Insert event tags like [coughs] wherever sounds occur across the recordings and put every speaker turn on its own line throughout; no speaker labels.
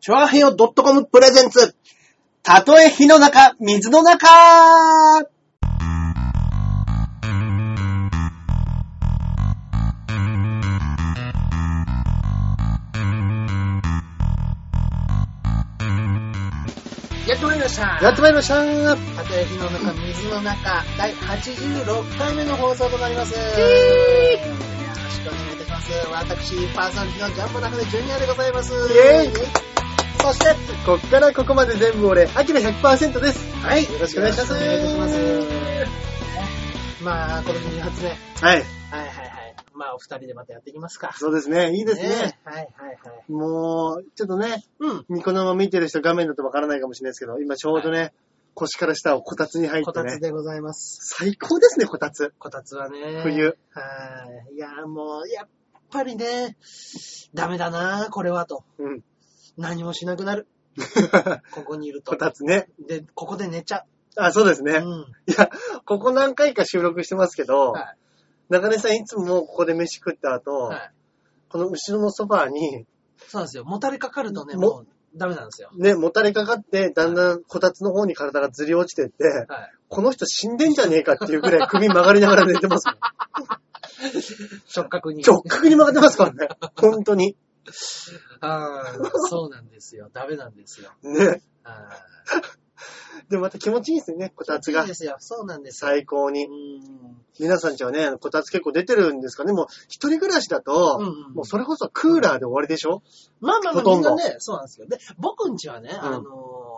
チョアヘヨ .com プレゼンツ。たとえ火の中、水の中
やってまいりました。
やってまいりました
たとえ火の中、水の中、第86回目の放送となります。よろしくお願いいたします。私、パーソナリティのジャンボ中でジュニアでございます。
イェーイ
そして、
こっからここまで全部俺、アキラ100%です。
はい、よ
ろしくお願いします
ろくお願いいたします。まあ、今年2発目。はい
はい。
はいはい。まあ、お二人でまたやっていきますか。
そうですね。いいですね。
えはいはいはい。
もう、ちょっとね、
うん。
ニコ生見てる人画面だとわからないかもしれないですけど、今ちょうどね、腰から下をこたつに入っ
こ
て
たつ
ね。
でございます。
最高ですね、こたつ。
こたつはね。
冬。
はい。いや、もう、やっぱりね、ダメだな、これはと。
うん。
何もしな
[laughs]
くなる。ここにいると
こ。たつね。
で、ここで寝ちゃ
あ、そうです
う。う
ね。
ん。
いや、ここ何回か収録してますけど、
は
中根さんいつもここで飯食った後、
い。はい。
この後ろのソファーに、
そうなんですよ。もたれかかるとね、
も
もうダメなんですよ。
ね、もたれかかって、だんだんこたつの方に体がずり落ちてって、
はい。
この人死んでんじゃねえかっていうぐらい首曲がりながら寝て
[laughs]
ますもん。
触覚に。
直角に曲がってますからね。本当に。
ああ、そうなんですよ。ダメなんですよ。
ね。
ああ。
で、また気持ちいいですよね、こたつ
い
が
いで。すよ。そうなんですよ。
最高に
う。ん。
皆さんちはね、こたつ結構出てるんですかね。もう、一人暮らしだと、
うんうん
もうそれこそクーラーで終わりでしょ
まあまあ
ほ
まあ、
と
み
ん
ん
ど
なね、そうなんですよ。で、僕んちはね、あのー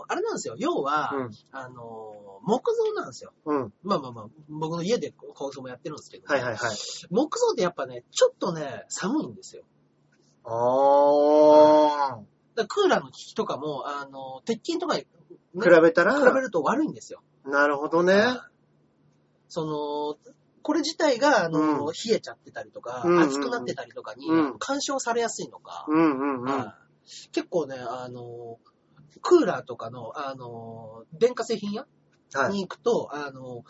あれなんですよ。要は、
うん
あのー木造なんですよ。
うん。
まあまあまあ、僕の家で構想もやってるんですけど、
はいはいはい。
木造ってやっぱね、ちょっとね、寒いんですよ。
あー。
だからクーラーの効きとかも、あの、鉄筋とかに、ね
比べたら、
比べると悪いんですよ。
なるほどね。
その、これ自体が、あの、
う
冷えちゃってたりとか、
うんうんうん
熱くなってたりとかに、
うん
干渉されやすいのか、
うんうんうん。
あ結構ね、あの、クーラーとかの、あの、電化製品屋
はい。
に行くと、あの、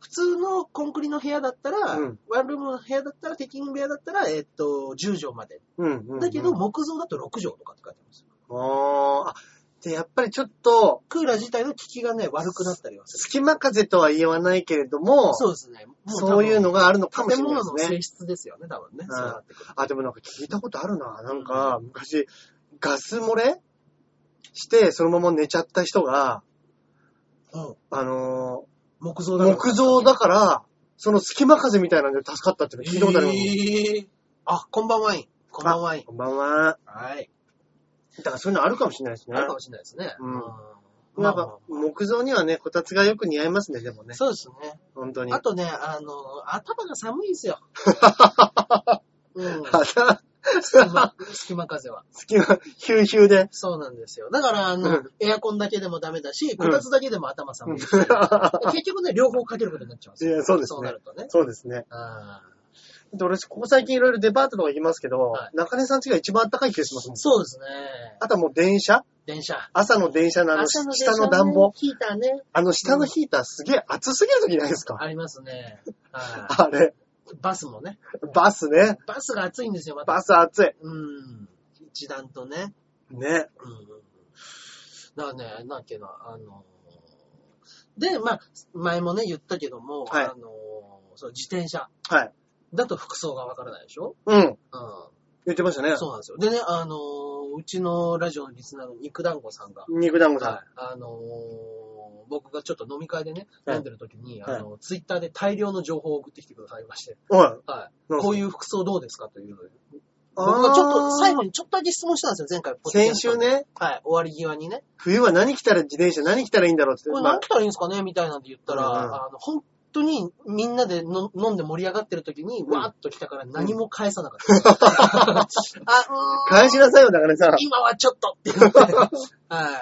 普通のコンクリの部屋だったら、
うん
ワンルームの部屋だったら、鉄筋部屋だったら、えっと、10畳まで。
うんうんうん
だけど、木造だと6畳とかって書いてます。
あーあ、で、やっぱりちょっと、
クーラー自体の効きがね、悪くなったりはする。
隙間風とは言わないけれども、
そうですね。も多分
そういうのがあるのかもしれない
建
で
物
す
の
ね
性。質ですよね、多分
う
ね。
ん
そうなってくる。
あ、でもなんか聞いたことあるな。なんか、昔、ガス漏れして、そのまま寝ちゃった人が、
うん。
あの
木造
ー
だから
木造だから、その隙間風みたいなんで助かったって聞いたことあるもん。
えーあ、こんばんワイン。こんばんワイン。
こんばんは。
はい。
だからそういうのあるかもしれないですね
ある。かもしれないですね。
うん
うん
なん
まあ
か、木造にはね、こたつがよく似合いますね、でもね。
そうですね。
本当に。
あとね、あの、頭が寒いんで
[laughs]
すよ。 [laughs] うん。
た、
隙間、隙間風は。
隙間、ヒューヒューで。
そうなんですよ。だから、あ
う
の
ん、
エアコンだけでもダメだし、こたつだけでも頭寒いし。結局ね、両方かけることになっちゃうんです
い
よ。
やそうですね
そうなるとね。
そうですね。
あー
で俺、ここ最近いろいろデパートとか行きますけど、
はい
中根さん家が一番暖かい気がしますもん。
そうですね。
あとはもう電車
電車。
朝の電車のあの、
朝の電車
下の暖房。
ヒーターね。
あの、下のヒーターすげえ暑すぎる時ないですか、
ありますね。は
あ
い
れ、
バスもね。
バスね。
バスが暑いんですよ、また。
バス暑い。
うん。一段とね。
ね。
うんうんうん。だからね、なんていうの、あのー、で、まあ、前もね、言ったけども、
はい
あのー、そう、自転車
はい。
だと服装がわからないでしょ
うん。
う
言ってましたね
ん。。そうなんですよ。でね、あのー、うちのラジオのリスナーの肉団子さんが、
肉団子さん。
はい、あのー僕がちょっと飲み会でね、
はい
飲んでる時に、
はい
あの、ツイッターで大量の情報を送ってきてくださいまして、
おい。
は
な
い。
んか
こういう服装どうですかというので。
あー
僕がちょっと、最後にちょっとだけ質問したんですよ、前回。
先週。ね、
はい、終わり際にね。
冬は何着たら自転車、何着たらいいんだろうって。
これ
まあ
何着たらいいんですかねみたいなんで言ったら、
うんうん
あの、本当にみんなでの飲んで盛り上がってる時に、
ん
わーっと来たから何も返さな
[laughs]
かった。あ、うーん
返しなさいよ、中根さん。[laughs]
[laughs] 今はちょっとって言って、はい。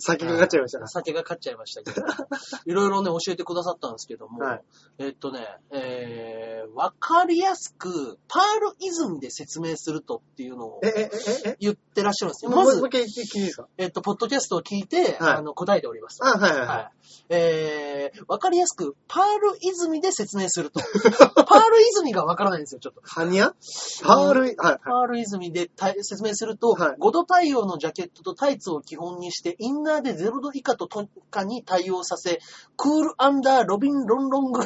先がかかっちゃいました
は
か。
酒が勝っちゃいましたけど。 [laughs] いろいろね、教えてくださったんですけども、
はい
えっとね、えー、わかりやすく、パールイズムで説明するとっていうのを
え、え、え、え、
言ってらっしゃるんです
え、
よ。
も
ま
うもう
ず
一、回聞いていいですか
えっと、ポッドキャストを聞いて、
はい
あの、答えております。
あ、はいはいは
はい。えー、わかりやすく、パール泉で説明
[laughs]
すると。パール泉がわからないんですよ、ちょっと
い。。ハニヤハールイ、はいはい。
パール泉でた説明すると、
はい
5度対応のジャケットとタイツを基本にして、インナーで0度以下ととかに対応させ、クールアンダーロビンロンロング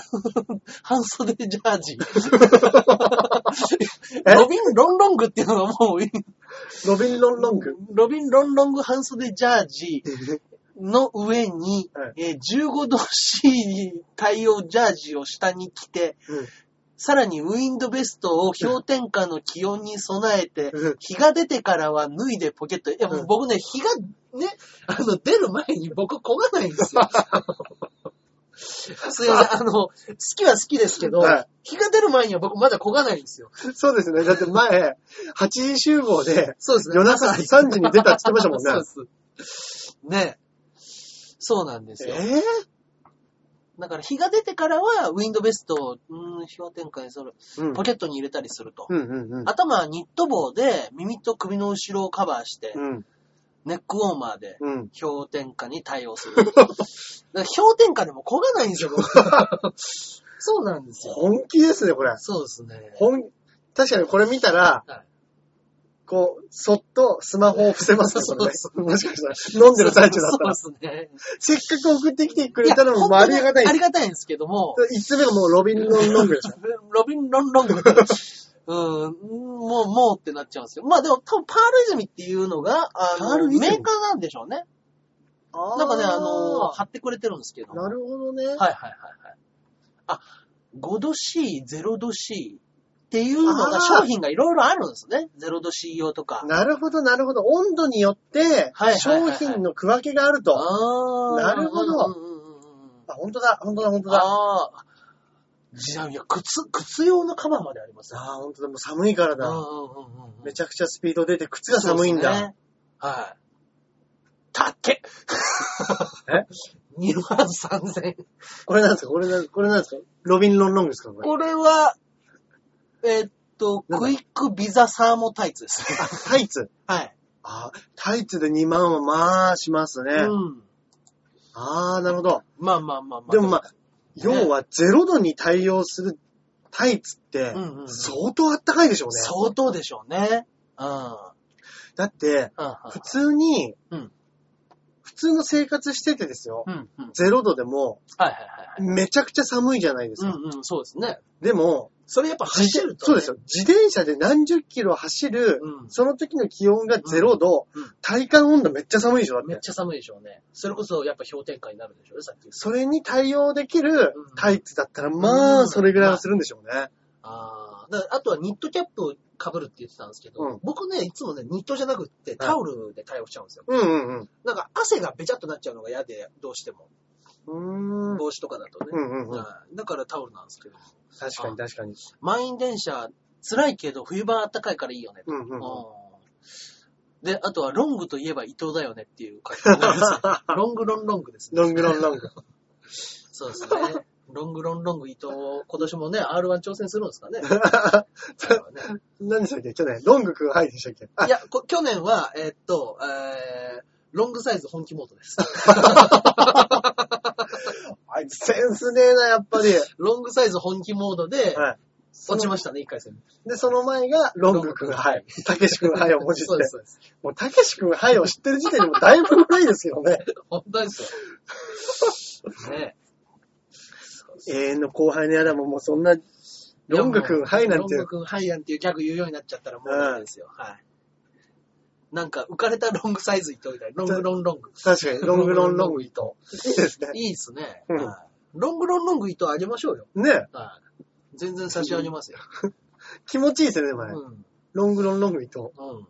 半袖ジャー [laughs] ジ。
え
ロビンロンロングっていうのがもう、
ロビンロンロング。 [laughs]
ロビンロンロング半袖ジャージの上に、
は
えー15度 C に対応ジャージを下に着て、
うん
さらにウィンドベストを氷点下の気温に備えて
うん、
日が出てからは脱いでポケットへ。いや、もう僕ね、日がね、 [laughs] あの、出る前に僕焦がないん
[laughs]
ですよ。すいません、あの、好きは好きですけど、
はい
日が出る前には僕まだ焦がないんですよ。
そうですね。だって前、8時集合で
そうですね。
夜中3時に出たって言ってましたもんね。
[laughs] そうです。 [laughs] ねえそうなんですよ。
え
だから日が出てからは、ウィンドベストを、うーん、氷点下にする。
ぇ、うん
ポケットに入れたりすると。
うんうんうん。
頭はニット帽で、耳と首の後ろをカバーして、
うん
ネックウォーマーで、
うん。
氷点下に対応する。だから氷点下でも焦がないんですよ、僕そうなんですよ。
本気ですね、これ。
そうですね。
本、確かにこれ見たら、
はい
こう、そっとスマホを伏せますね、
そう
これね
そ
もしかしたら、飲んでる最中だったら。
そうですね。
せっかく送ってきてくれたの
いや
ももうありがたい
本当に
で
ありがたいんですけども、
す。一つ目がもうロビンロンロングでした。
ロビン・ロン・ロング。うん、もう、もうってなっちゃうんですよ。まあでも、多分パール泉っていうのが、あ
パール
の、
泉
メーカーなんでしょうね。なんかね、あの、貼ってくれてるんですけど。
なるほどね。
はいはいはいはい。あ、5度 C、0度 C っていうの
あ
が、
ー
商品がいろいろあるんですね。0度 C 用とか。
なるほど、なるほど。温度によって
はいはい、はい
商
はい
品の区分けがあると。
あー
なるほど
うんうんうんうんうん
あ、本当だ、本当だ、本当だ。
ああ。じゃあ、いや、靴、靴用のカバーまでありますね。
ああ、本当だ、もう寒いから
うんうん
だ。
うんうんうん
めちゃくちゃスピード出て、靴が寒いんだ。
そうですねはい。たっけ [laughs]
え
?2 万3000円。
これなんですかこれなんこれなんですかロビンロンロングですかこれ。
これは、えーっと、
なんだ
クイックビザサーモタイツですね。
あタイツ。
はい。
あータイツで2万はまあしますね。
うん。
ああ、なるほど。
まあまあまあまあ。
でもまあ、
ね
要は0度に対応するタイツって
うんうんう、ん
相当あったかいでしょうね。
相当でしょうね。うん。うん
だって、普通に
うん、
普通の生活しててですよ。
うん。うんうん。
0度でも、
はいはいはいはい。
めちゃくちゃ寒いじゃないです
う
か。
んうん、そうですね。
でも、
それやっぱ走ると、
そう
ね。
ですよ。自転車で何十キロ走る、
うん
その時の気温が0度、
うん
体感温度めっちゃ寒いでしょ、だっ。
めってちゃ寒いでしょうね。それこそやっぱ氷点下になるでしょうね、さっき。
それに対応できる
うん
タイツだったら、ま
う
あ、
ん
それぐらいはするんでしょうね。
ああ、だからあとはニットキャップを被るって言ってたんですけど、
うん
僕ね、いつもね、ニットじゃなくってタオルで対応しちゃうんですよ。
うんうん
なんか汗がべちゃっとなっちゃうのが嫌で、どうしても。
うん。うーん。
帽子とかだとね。
うんうんうん
はいだからタオルなんですけど。
確かに確かに。
満員電車、辛いけど冬場暖かいからいいよね。
うんうんうん。
うんで、あとはロングといえば伊藤だよねっていう感じになりますね
[laughs]
ロングロンロングですね。
ロングロンロ [laughs] ング。
そうですね。ロングロンロング伊藤、今年もね、R1 挑戦するんで
[laughs]
すかね。
何でしたっけ去年。ロングくん、はいでしたっけあ
いや、こ去年は、えーっと、えー、ロングサイズ本気モードです。
あいつセンスねえな、やっぱり。
ロングサイズ本気モードで、
はい
落ちましたね、1回戦。
で、その前が、ロングくん、はい。たけしくん、はいを文字っ
そうです、
て。
そうです。
もう、たけしくん、はいを知ってる時点でもうだいぶ古いですけどね。
本当ですよ。ね
[laughs] 永遠の後輩のやだもん、もうそんな、ロングくん、はいなんて
ロング。君、はいなんていうギャグ言うようになっちゃったらもうダメですよ。はい。なんか、浮かれたロングサイズ伊藤みたいな。ロングロンロング。
確かに、ロングロンロング。い
伊藤。
いですね。
いいですね。
うん
はいロングロンロング伊藤あげましょうよ。
ね
はい全然差し上げますよ。
気持ちいいですよね、でも
う
ね
ん。
ロングロンロングいと。
うん。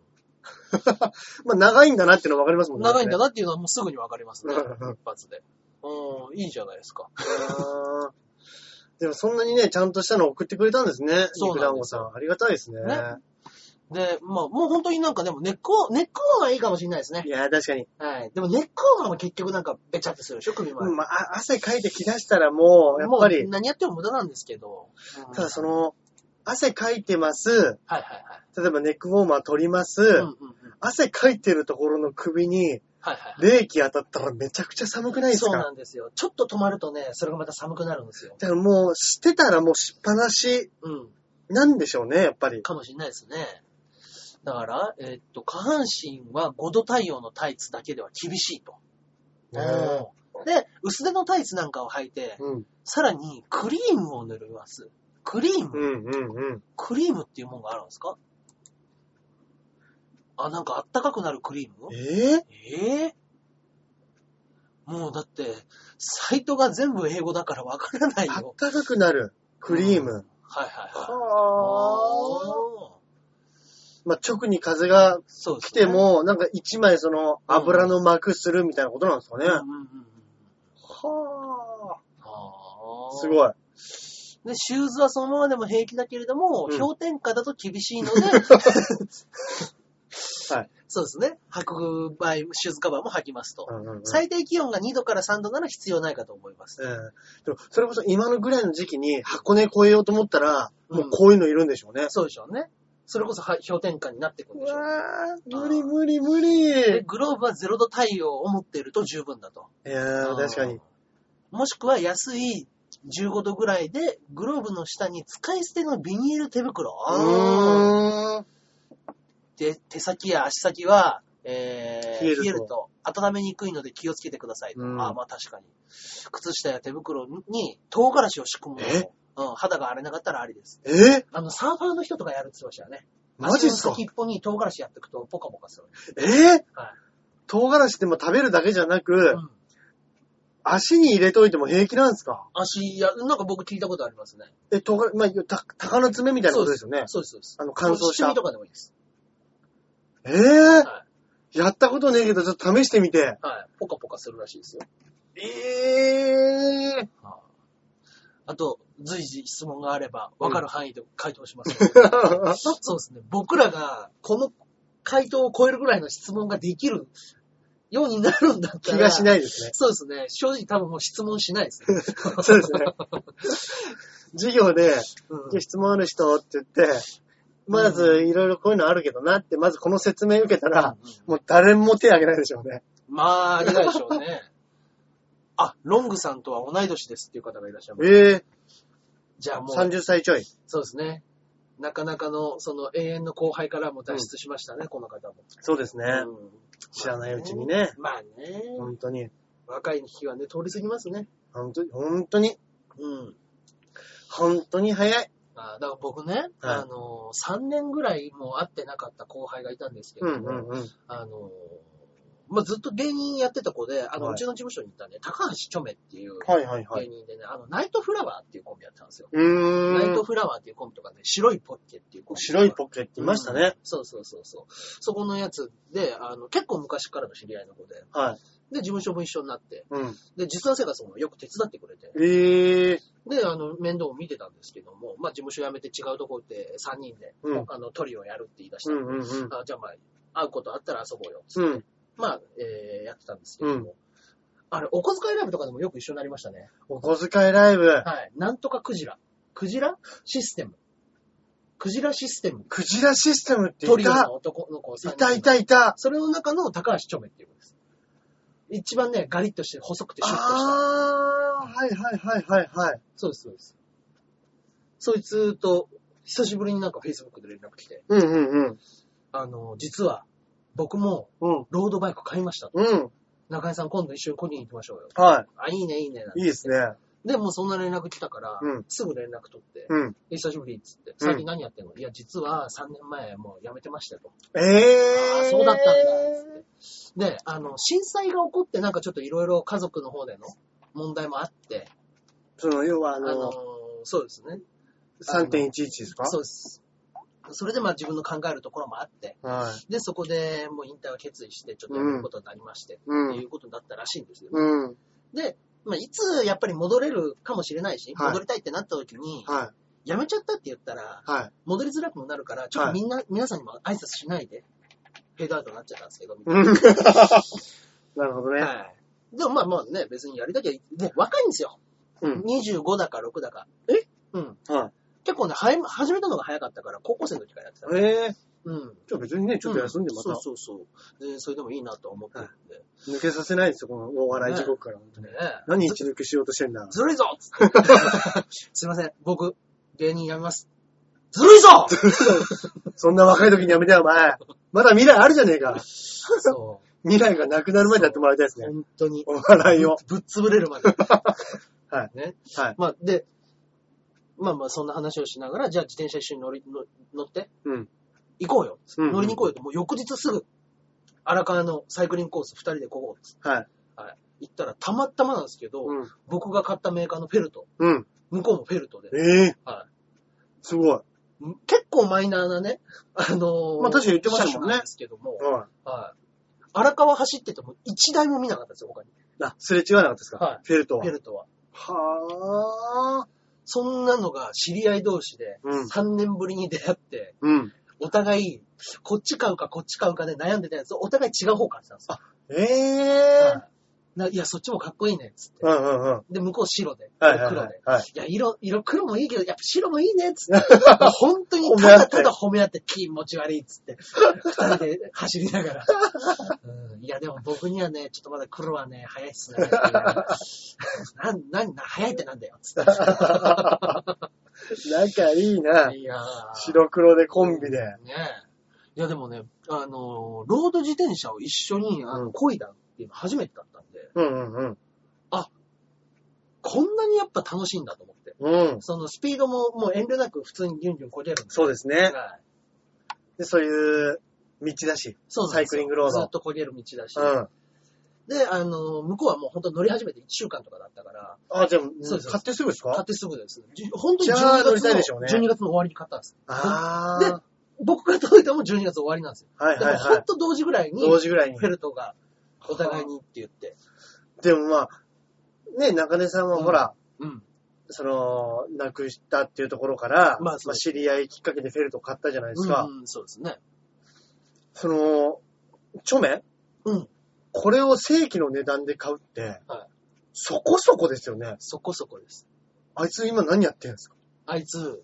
まあ、長いんだなっていうのは分かりますもんね。
長いんだなっていうのはもうすぐにわかりますね。
うん
一発で。うん、いいじゃないですか。
あーでも、そんなにね、ちゃんとしたのを送ってくれたんですね。
そう
肉
なんですよ
団子さん。ありがたいですね。
ねで、まあ、もう本当になんかでもネックウォー、ネックウォーマーいいかもしれないですね
い。やー、確かに。
はい。でもネックウォーマーも結局なんかべちゃってするでしょ、首
う
周
んまあ、あ汗かいてきだしたらもう、
り。
やっぱ
もう
り、
何やっても無駄なんですけど。うん
ただそ、の、汗かいてます。
はいはいはい。
例えばネックウォーマー取ります。
うんうんうん。
汗かいてるところの首に
はいはい
冷気当たったらめちゃくちゃ寒くない
はい。
です
そう
か
なんですよ。ちょっと止まるとね、それがまた寒くなるんですよ。
だからもう、してたらもうしっぱなし
うん。
なんでしょうね、やっぱり。
かもしれないですね。だから、えーっと、下半身は5度対応のタイツだけでは厳しいと。
ね
で、薄手のタイツなんかを履いて、
うん。
さらにクリームを塗ります。クリーム、
うんうんうん。
クリームっていうもんがあるんですかあ、なんかあったかくなるクリーム
ええ
ええもうだって、サイトが全部英語だからわからない
あっ
よ。
たかくなるクリーム。
はいはいはい。
はあ。
あー
まあ、直に風が
そうで
来
す
て
ね。
も、なんか一枚その油の膜するみたいなことなんですかね。
うんうんうんうん
は
あ
あ。
ー
すごい。
で、シューズはそのままでも平気だけれども、
うん
氷点下だと厳し
[laughs]
いので、
はい。
そうですね。履く場合、シューズカバーも履きますと。
うんうんうん
最低気温が2度から3度なら必要ないかと思います。
ええでもそれこそ今のぐらいの時期に箱根越えようと思ったら、
うん
もうこういうのいるんでしょうね。
そうでしょうね。それこそは氷点下になってくるん
う
でしょう。
わぁ、無
あ
理
ー
無理無
で、
理。
グローブは0度対応を持っていると十分だと。
いやー、確かに。。
もしくは安い15度ぐらいで、グローブの下に使い捨てのビニール手袋。
うーん。
で、手先や足先は、えー、
冷えると
冷えると、温めにくいので気をつけてくださいと。
うん
ああ、まあ確かに。靴下や手袋に唐辛子を敷くもの
え
も、うん、肌が荒れなかったらありです。
えー
あの、サーファーの人とかやるって言ってましたよね。
マジっすか
足の先っぽに唐辛子やっていくとポカポ
[laughs]
カする。
えー
はい
唐辛子ってもう食べるだけじゃなく、
うん
足に入れといても平気なんですか
足、や、なんか僕聞いたことありますね。
え、唐辛子、まあ、た、鷹の爪みたいなことですよね。
そうです、そうです。
あの乾燥した
お刺身とかでもいいです。
ええ
は
やったことねえけど、ちょっと試してみて。
はい。ポカポカするらしいですよ。
ええ
あと、随時質問があれば、わかる範囲で回答し
[laughs]
ます、そうですね。僕らが、この回答を超えるぐらいの質問ができるようになるんだった
気
ら。
がし
い。
ないですね。
そうですね。正直多分もう質問しないです
[laughs]
ね。
そうですね。授業で、
うん
じゃあ質問ある人って言って、まずいろいろこういうのあるけどなって、まずこの説明受けたら、もう誰も手挙げないでしょうね。
まあ、ありないでしょうね。あ、ロングさんとは同い年ですっていう方がいらっしゃいます。
ええ
じゃあもう、
30歳ちょい。
そうですね。なかなかの、その永遠の後輩からも脱出しましたね、この方も。
そうですね。
うん
知らないうちにね。
まあね。
本当に。
若い日はね、通り過ぎますね。
本当に、本当に、
うん。
本当に早い。
あーだから僕ね、あのー、3年ぐらいもう会ってなかった後輩がいたんですけ
う
ど、
んうんうん。
あのー、まあ、ずっと芸人やってた子で、あの、
はいう
ちの事務所にいたね、高橋ちょめっていう
はいはいは
芸
い。
人でね、あの、ナイトフラワーっていうコンビやってたんですよ。
うーん。
ナイトフラワーっていうコンビとかね、白いポッケっていうコンビ。
白いポケっていましたね。
そうそうそうそう。そこのやつで、あの、結構昔からの知り合いの子で、
はい。
で、事務所も一緒になって、
うん。
で、実話生活もよく手伝ってくれて、
ええ
で、あの、面倒を見てたんですけども、まあ、事務所辞めて違うとこ行って3人で、
うん
あの、トリをやるって言い出し
う
た、
んうんうん。
あじゃあまあ、会うことあったら遊ぼうよ。
うん。
まあ、えーやってたんですけども、あれ、お小遣いライブとかでもよく一緒になりましたね。
お小遣いライブ。
はい。なんとかクジラ。クジラシステム。クジラシステム。
クジラシステムってい
トリオ
た
の男の
い
子3人
たいたいた。
それの中の高橋ちょめっていう子です。一番ね、ガリッとして細くてシュッとした。
あー、はいはいはいはいはい。
そうです、そうです。そいつと、久しぶりになんか Facebook で連絡来て、
うんうんうん。
あの、実は、僕も
うん。
ロードバイク買いましたと。
うん。
中井さん今度一緒にこりに行きましょうよ。
は
あ、いいね、いいね。なん
い。い
て
いですね。
で、もうそんな連絡来たから、
うん
すぐ連絡取って、
うん。
で久しぶりっつって、最近何やってんの、いや、実は3年前もう辞めてましたよと。
え
ああ、
ー。
そうだったんだ、つって。で、あの、震災が起こってなんかちょっといろいろ家族の方での問題もあって、
その、要はあ
あの
の、
そうですね。
3.11ですか
そうです。それでまあ自分の考えるところもあって、
はい。
で、そこでもう引退を決意して、ちょっとやることになりまして、
う
ってい
ん。
うことになったらしいんですよ。
うん。
で、まあ、いつやっぱり戻れるかもしれないし、
はい
戻りたいってなった時に、
はい。
辞めちゃったって言ったら、 [laughs]
はい。
戻りづらくもなるから、ちょっ
は
と
い
みんな、皆さんにも挨拶しないで、フェードアウトになっちゃったんですけど、みたい
うんなるほど
な
ね。
はい。でもまあまあね、別にやりたきゃいい、ね、若いんですよ。
うん。
25だか6だか。
え
うん。
は
結構ね、早い始めたのが早かったから、高校生の時からやってたから。
い。ええ
うん。
じゃあ別にね、ちょっと休んでまた、
そうそうそう。全然それでもいいなと思ってるんで。
抜けさせないですよ、この大笑い地獄から、本当に
ね。
何一抜けしようとしてんだ。[laughs]
ずるいぞっつってすいません、僕、芸人辞めます。ずる
[laughs]
いぞ
そんな若い時にやめてよ、お前。まだ未来あるじゃねえか。 [laughs]
そ
未来がなくなるまでやってもらいたいです
う、
ね。
本当に。
お笑いを。
ぶっ潰れる [laughs] まで。。
はい
ね。
[laughs] はい
まあ、で、まあまあ、そんな話をしながら、じゃあ自転車一緒に乗り、乗乗って、
うん。
行こうよ。
うん
乗りに行こうよと、もう翌日すぐ、荒川のサイクリングコース二人でここうっつって
はい。
行ったら、たまたまなんですけど、
うん。
僕が買ったメーカーのフェルト、
うん。
向こうもフェルトで、
ええ
は
すごい。はい。
い、結構マイナーなね、あのー
まあ確かに言ってましたもんね
車種なんですけども、はい。荒川走ってても一台も見なかったですよ、他に。
あ、すれ違わなかったですか、
はい
フェルトは
フェ。ルトは。
はあ。
そんなのが知り合い同士で、
うん
3年ぶりに出会って、
うん。
お互い、こっち買うかこっち買うかで悩んでたやつをお互い違う方買ってたんですよ。
え
は
え
いないや、そっちもかっこいいね、つって
う。んうんうん。
で、向こう白で、
はいはい
黒
は
で
い。。はい。
いや、色、色黒もいいけど、やっぱ白もいいね、つ
[laughs]
って。もう本当にただただ褒め合って気持ち悪い、つって。二人で走り
[laughs]
ながら。うん、いや、でも僕にはね、ちょっとまだ黒はね、早いっす
[laughs]
ね。なん、なん、な、早いってなんだよ、つって。
[laughs] 仲いいな。
いやー
白黒でコンビで。
ねえいや、でもね、あのー、ロード自転車を一緒に、あ
う
の、
ん
漕いだっていうの初めてだったんで、
うんうん
こんなにやっぱ楽しいんだと思って。
うん。うん。
そのスピードももう遠慮なく普通にギュンギュン漕げるんで。
そうですね。
はい
で、そういう道だし。
そうなん
サ
で
イ
す
ク
よ
リングロー
ずっ
ド。
と漕げる道だし。
うん。
で、あの、向こうはもう本当乗り始めて1週間とかだったから、
あ、じゃあ、
そうです
買ってすぐです
買っ
か
てすぐですね。じゅ本当に
じゃ
12
あ
月の
乗りたいでしょうね
12月の終わりに買ったんです。
あ
で
ー。
僕が届いたのも12月終わりなんですよ。
はい
で
はい
も本
は
当同時ぐらい
い。
に、
同
フ
時ぐらいに
ェ。ルトがお互いにって言って。
でもまあ、ね、中根さんはほら、
うん。
その、なくしたっていうところから、
ま
ま
あ
あ、
そう
知り合いきっかけでフェルト買ったじゃないですか。
うん、そうですね。
その、著名
うん。
これを正規の値段で買うって、
はい
そこそこですよね。
そこそこです。
あいつ今何やってんすか
あいつ、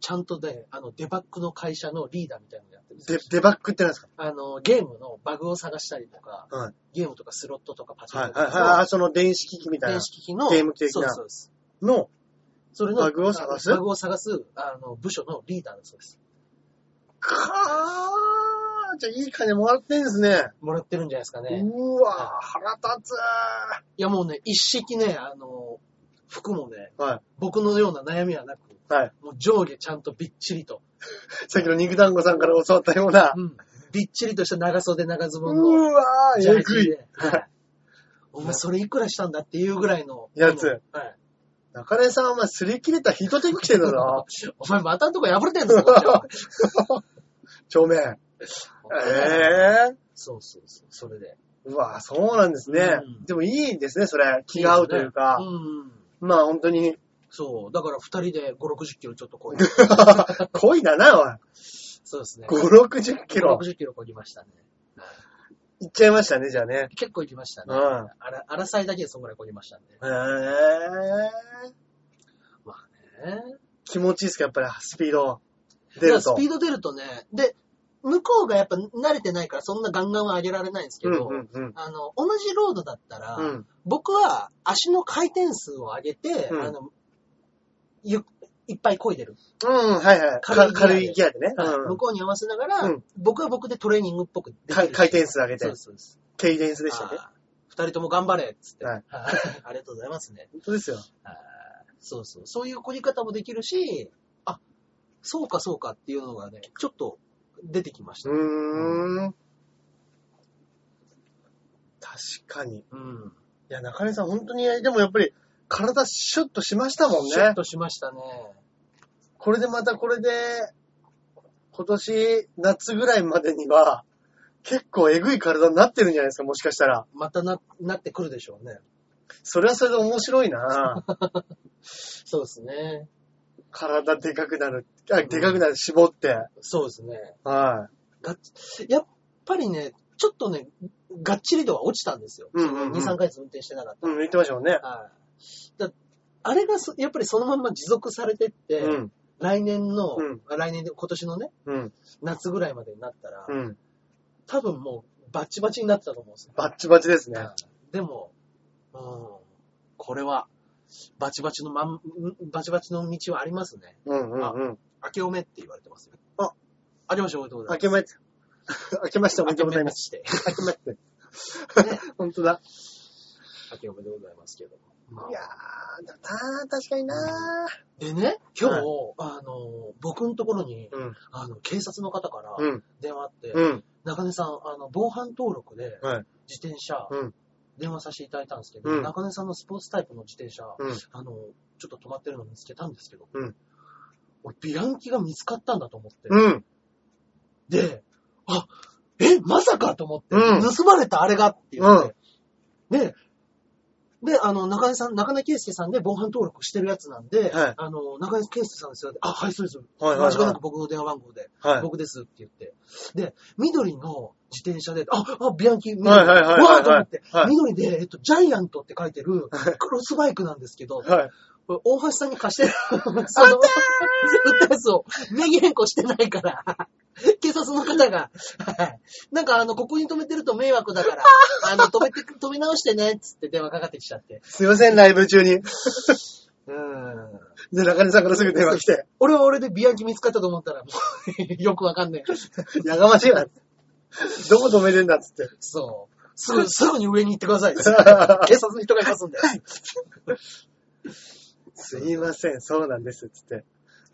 ちゃんとね、あの、デバッグの会社のリーダーみたいなのやってるんです
でデ
よ。、
バッグって何ですか
あの、ゲームのバグを探したりとか、
はい
ゲームとかスロットとかパチン
はい
コ
は
と
いはい。
か
あ、その電子機器み
の、
たいな
電子機器の、
ゲーム的な
そうですそうです。
の、
それの
バグを探す
バグを探す、あの、部署のリーダーだそうです。
かーじゃあいい金もらってんですね。
もらってるんじゃないですかね。い
ーわー、腹立
や、もうね、一式ね、あの、服もね、
つは
僕のような悩みはなく、
い。はい。
もう上下ちゃんとびっちりと、
さっきの肉団子さんから教わったような。
うん、びっちりとした長袖長ズ
う
ボンの
わー、
ジャ
え
ー
ぐ
ジ
い。
で、はいお前それいくらしたんだっていうぐらいの。
やつ
はい。
中根さんはお前擦り切れた人手来てんだぞ。
[laughs] お前またんとこ破れてんぞ、こっちは
正面。ええー。
そうそうそう、それで。
うわー、そうなんですね。
うん
でもいいですね、それ。気が合うというか。
うん。
まあ本当に、
そう。だから二人で5、60キロちょっと超え
[laughs]
て。
恋だな、
そうですね。
おい。5、60キロ。
60キロ超えましたね。
いっちゃいましたね、じゃあね。
結構行きました
う
ね。
ん
あら、あらさいだけでそんぐらいこりましたんで。
へえ。
まあね。
気持ちいいですか、やっぱりスピード
だ
出
から
る
ス
と。
ピード出るとね、で、向こうがやっぱ慣れてないからそんなガンガンは上げられないんですけど、
うんうんうん。
あの、同じロードだったら、
うん。
僕は足の回転数を上げて、
うん
あの、ゆいっぱい漕いでる。
うん、はいはい。
軽いギ
か
アで
軽いギアでね。うん
向こうに合わせながら、
うん
僕は僕でトレーニングっぽくできる
か回転数上げて
そうです、そうです。
ケイデンスでしたね。
あー二人とも頑張れっつって。
はい
ありがとうございますね。
本当ですよ。
あーそうそう。そういうこり方もできるし、あ、そうかそうかっていうのがね、ちょっと出てきました。
うーん。確かに。い
うん。
や、中根さん、本当に、でもやっぱり、体シュッとしましたもん
シュッ
ね。
としましたね。
これでまたこれで、今年夏ぐらいまでには、結構えぐい体になってるんじゃないですか、もしかしたら。
またな、なってくるでしょうね。 [laughs]
それはそれで面白いな
そうですね。
体でかくなる、あでかくなる、絞って。
そうですね。
はい。
がっやっぱりね、ちょっとね、がっちり度は落ちたんですよ。
うんうん、うん。
2、3ヶ月運転してなかっ
うん、言ってましたもんね。
た。はい。だあれがそ、やっぱりそのまんま持続されてって、
うん、
来年の、
うん
来年で、今年のね、
うん、
夏ぐらいまでになったら、
うん。
多分もうバッチバチになってたと思うんですよ。
バッチバチですね。
でも、うん、これは、バチバチのまん、バチバチの道はありますね。
うん、うん、うん。
明けおめって言われてますよ。
あ、
ありましょう、おめでとうござ
明
い
けまして、明けましてお
ま
めで
す。
とうございます。
して。
明けまして。
ね
[laughs] 本当だ。
明けおめでございますけども。まあ
いやー、だなー確かにな
でね、今日、
はい
あの、僕のところに、
ー。うん、
あの、警察の方から
うん、
電話あって、
うん、
中根さん、あの、防犯登録で、
はい
自転車、
うん
電話させていただいたんですけど、
うん
中根さんのスポーツタイプの自転車、
うん。
あの、ちょっと止まってるの見つけたんですけど、
うん
俺、ビランキが見つかったんだと思って、
うん、
で、あ、え、まさかと思って、
うん
盗まれたあれがって言って、で、で、あの、中根さん、中根圭介さんで防犯登録してるやつなんで、
はい
あの、中根圭介さんですよ。あ、はい、そうです。
はいはいはい
間違いなく僕の電話番号で、
はい。
僕ですって言って。で、緑の自転車で、あ、あ、ビアンキ、緑
はいはいはいはいはい
わーと思って、
はい
緑で、えっと、ジャイアントって書いてるクロスバイクなんですけど、
はい。
これ大橋さんに貸してる。その、売 [laughs] ったやつを、名義変更してないから。 [laughs] 警察の方が、はいなんかあの、ここに止めてると迷惑だから、あの、止めて、止め直してね、っつって電話かかってきちゃって。
すいません、ライブ中に。
うーん。
で、中根さんからすぐ電話来て、
俺は俺でビアンキ見つかったと思ったら、もう [laughs] よくわかんねえ。
[laughs] やがましいわ。どこ止めてんだっつって。
そう。すぐ、すぐに上に行ってください。警察の人がいますんで。
すいません、そうなんです、つって。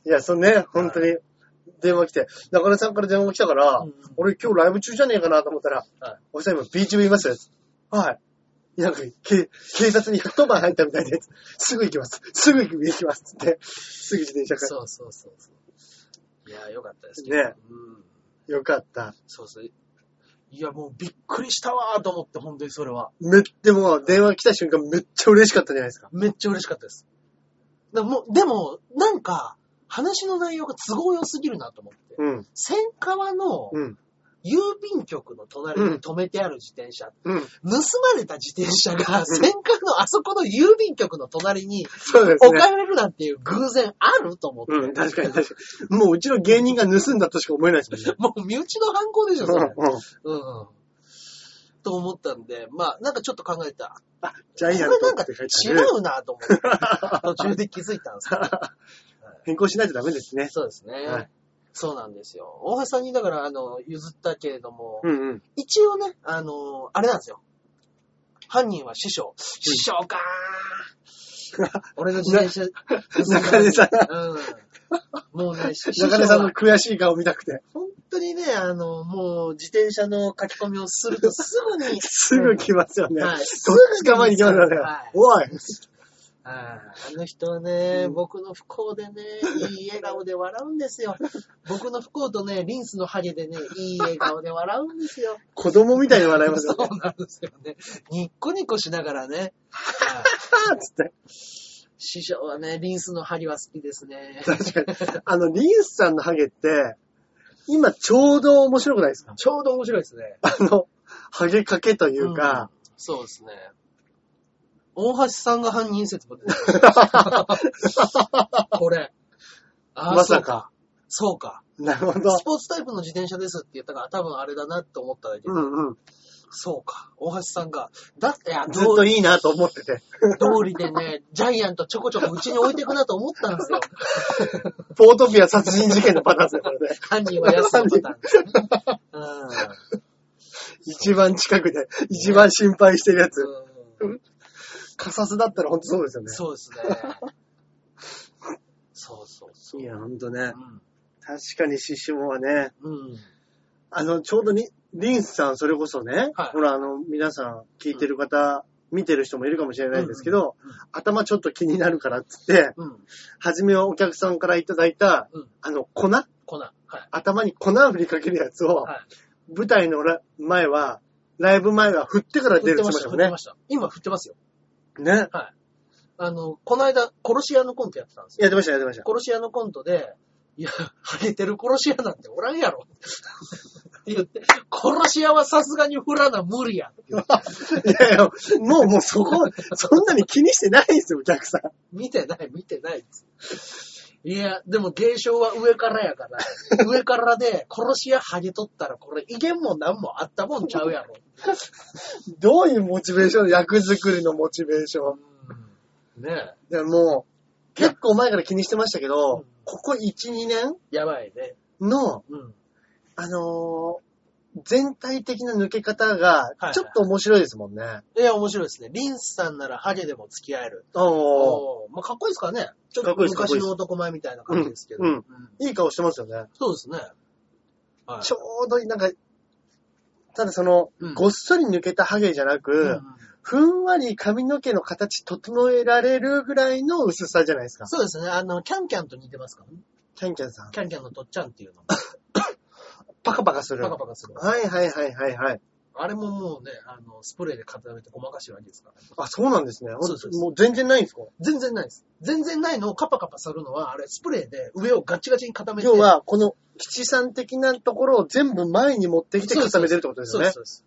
いや、そのね、本当に、電話来て、中根さんから電話が来たから、
うん
俺今日ライブ中じゃねえかなと思ったら、
はい
おっさん今ビーチ部いますよ、つってはい。なんか、け警察に110番入ったみたいで、すぐ行きます。すぐ行きます、つって。すぐ自転車か
そうそうそうそう。いやー、よかったですけど。
ら。ね、
うん。
よかった。
そうそう。いや、もうびっくりしたわーと思って、本当にそれは。
めっ、でも、電話来た瞬間めっちゃ嬉しかったじゃないですか。
めっちゃ嬉しかったです。だもうでも、なんか、話の内容が都合良すぎるなと思って。
うん、
千川の
うん、
郵便局の隣に止めてある自転車、
うん。
盗まれた自転車が千川のあそこの郵便局の隣に
そうです
置
ね。
かれるなんていう偶然あると思って。
うん、確かに確かに。もううちの芸人が盗んだとしか思えないですもんね。
[laughs] もう身内の犯行でしょ、それ。
うんうん
うん。と思ったんで、まあ、なんかちょっと考えた。
ジャイアン
これな
ト
んか
って書いて
違
ある。
うなと思って、途中で気づいたんですけど。
変更しないとダメですね。
そうですね。
はい
そうなんですよ。大橋さんに、だから、あの、譲ったけれども、
うんうん。
一応ね、あの、あれなんですよ。犯人は師匠。師匠かー
[laughs]
俺の自転車。
中根さん、
うん。もうね、師匠
中根さんの
は
悔しい顔見たくて、、
本当にね、あの、もう自転車の書き込みをするとすぐに
[laughs] すぐ来ますよね。
はい
どっちか前に来ますよね。
はい
おい
あーあの人はね、
うん
僕の不幸でね、いい笑顔で笑うんですよ。僕の不幸とね、リンスのハゲでね、いい笑顔で笑うんですよ。
子供みたいに笑いますよ
そ
ね。
うなんですよね。ニッコニコしなが
[laughs]
らね。はい
はぁつって。
師匠はね、リンスの針は好きですね。
確かに。あの、リンスさんのハゲって、今ちょうど面白くないですか
ちょうど面白いですね。
あの、ハゲかけというか、
そうですね。大橋さんが犯人説も出てくる
[laughs]
これ。あー
まさか。
そうか。
なるほ
そう
ど
か。ス。ポーツタイプの自転車ですって言ったから、多分あれだなって思っただけで。
うんうん。
そうか。大橋さんが。だって、いや、
ずっといいなと思ってて。
通りでね、ジャイアントちょこちょこうちに置いてくなと思った
[laughs]
んですよ。
ポートピア殺人事件のパターンですね、これね。
犯人は安の
[laughs]
パターンですね。うん。
一番近くで、一番心配してるやつ。
うん
カサスだったらほんとそうですよね。
そう [laughs] ですね。そうそうそう。
いや、ほんとね
う。ん。
確かに師匠はね、
うん。
あの、ちょうどに、リンスさん、それこそね、
はい
ほら、あの、皆さん、聞いてる方、見てる人もいるかもしれないんですけど、
うんうんうん
頭ちょっと気になるからっつって、
うん。
初めはお客さんからいただいた、
うん
あの、粉
粉。はい。
頭に粉を振りかけるやつを、
はい。
舞台のら前は、ライブ前は振ってから
振
出
っ
る
て
って言
ま
ってま
し、
したたもん
振って
ね
ま。した。今振ってますよ。
ね。
あの、この間、殺し屋のコントやってたんですよ。
やってました、やってました。
殺し屋のコントで、いや、ハゲてる殺し屋なんておらんやろ。って言って、殺し屋はさすがにフラな無理や。って言って
いやいや、もうもうそこ、そんなに気にしてないんですよ、お客さん。
見てない、見てないっつって。いや、でも芸商は上からや [laughs] から、上からで殺し屋ハゲとったら、これ威厳も何もあったもんちゃうやろ。
どういうモチベーション役作りのモチベーション。
ねえ。
いや、もう、結構前から気にしてましたけど、
うん
ここ1、2年
やばいね。
の、
うん。
あのー全体的な抜け方が
は、い
ちょっと面白いですもんね。
いや、面白いですね。リンスさんならハゲでも付き合える。
おー
おーまあ、かっこいいですからね。ちょ
か
っ
っこといいですかっこ
昔
いいです
の男前みたいな感じですけど。
うんうんいい顔してますよね。
そうですね。はい
ちょうどいい、なんか、ただその、
うん
ごっそり抜けたハゲじゃなく、
うん
ふんわり髪の毛の形整えられるぐらいの薄さじゃないですか。
そうですね。あの、キャンキャンと似てますからね。
キャンキャンさん。
キャンキャンのとっちゃんっていうのも。
パカパカする。
パ
は
カパカする。
いはいはいはいはい。
あれももうね、あの、スプレーで固めてごまかしてるわけですから。
あ、そうなんですね。
そうそうそう
もう全然ないんですか
全然ないです。全然ないのをカパカパするのは、あれ、スプレーで上をガチガチに固めて。
要は、この吉さん的なところを全部前に持ってきて固めてるってことです
そ
よ
うで
ね
す、。そうです。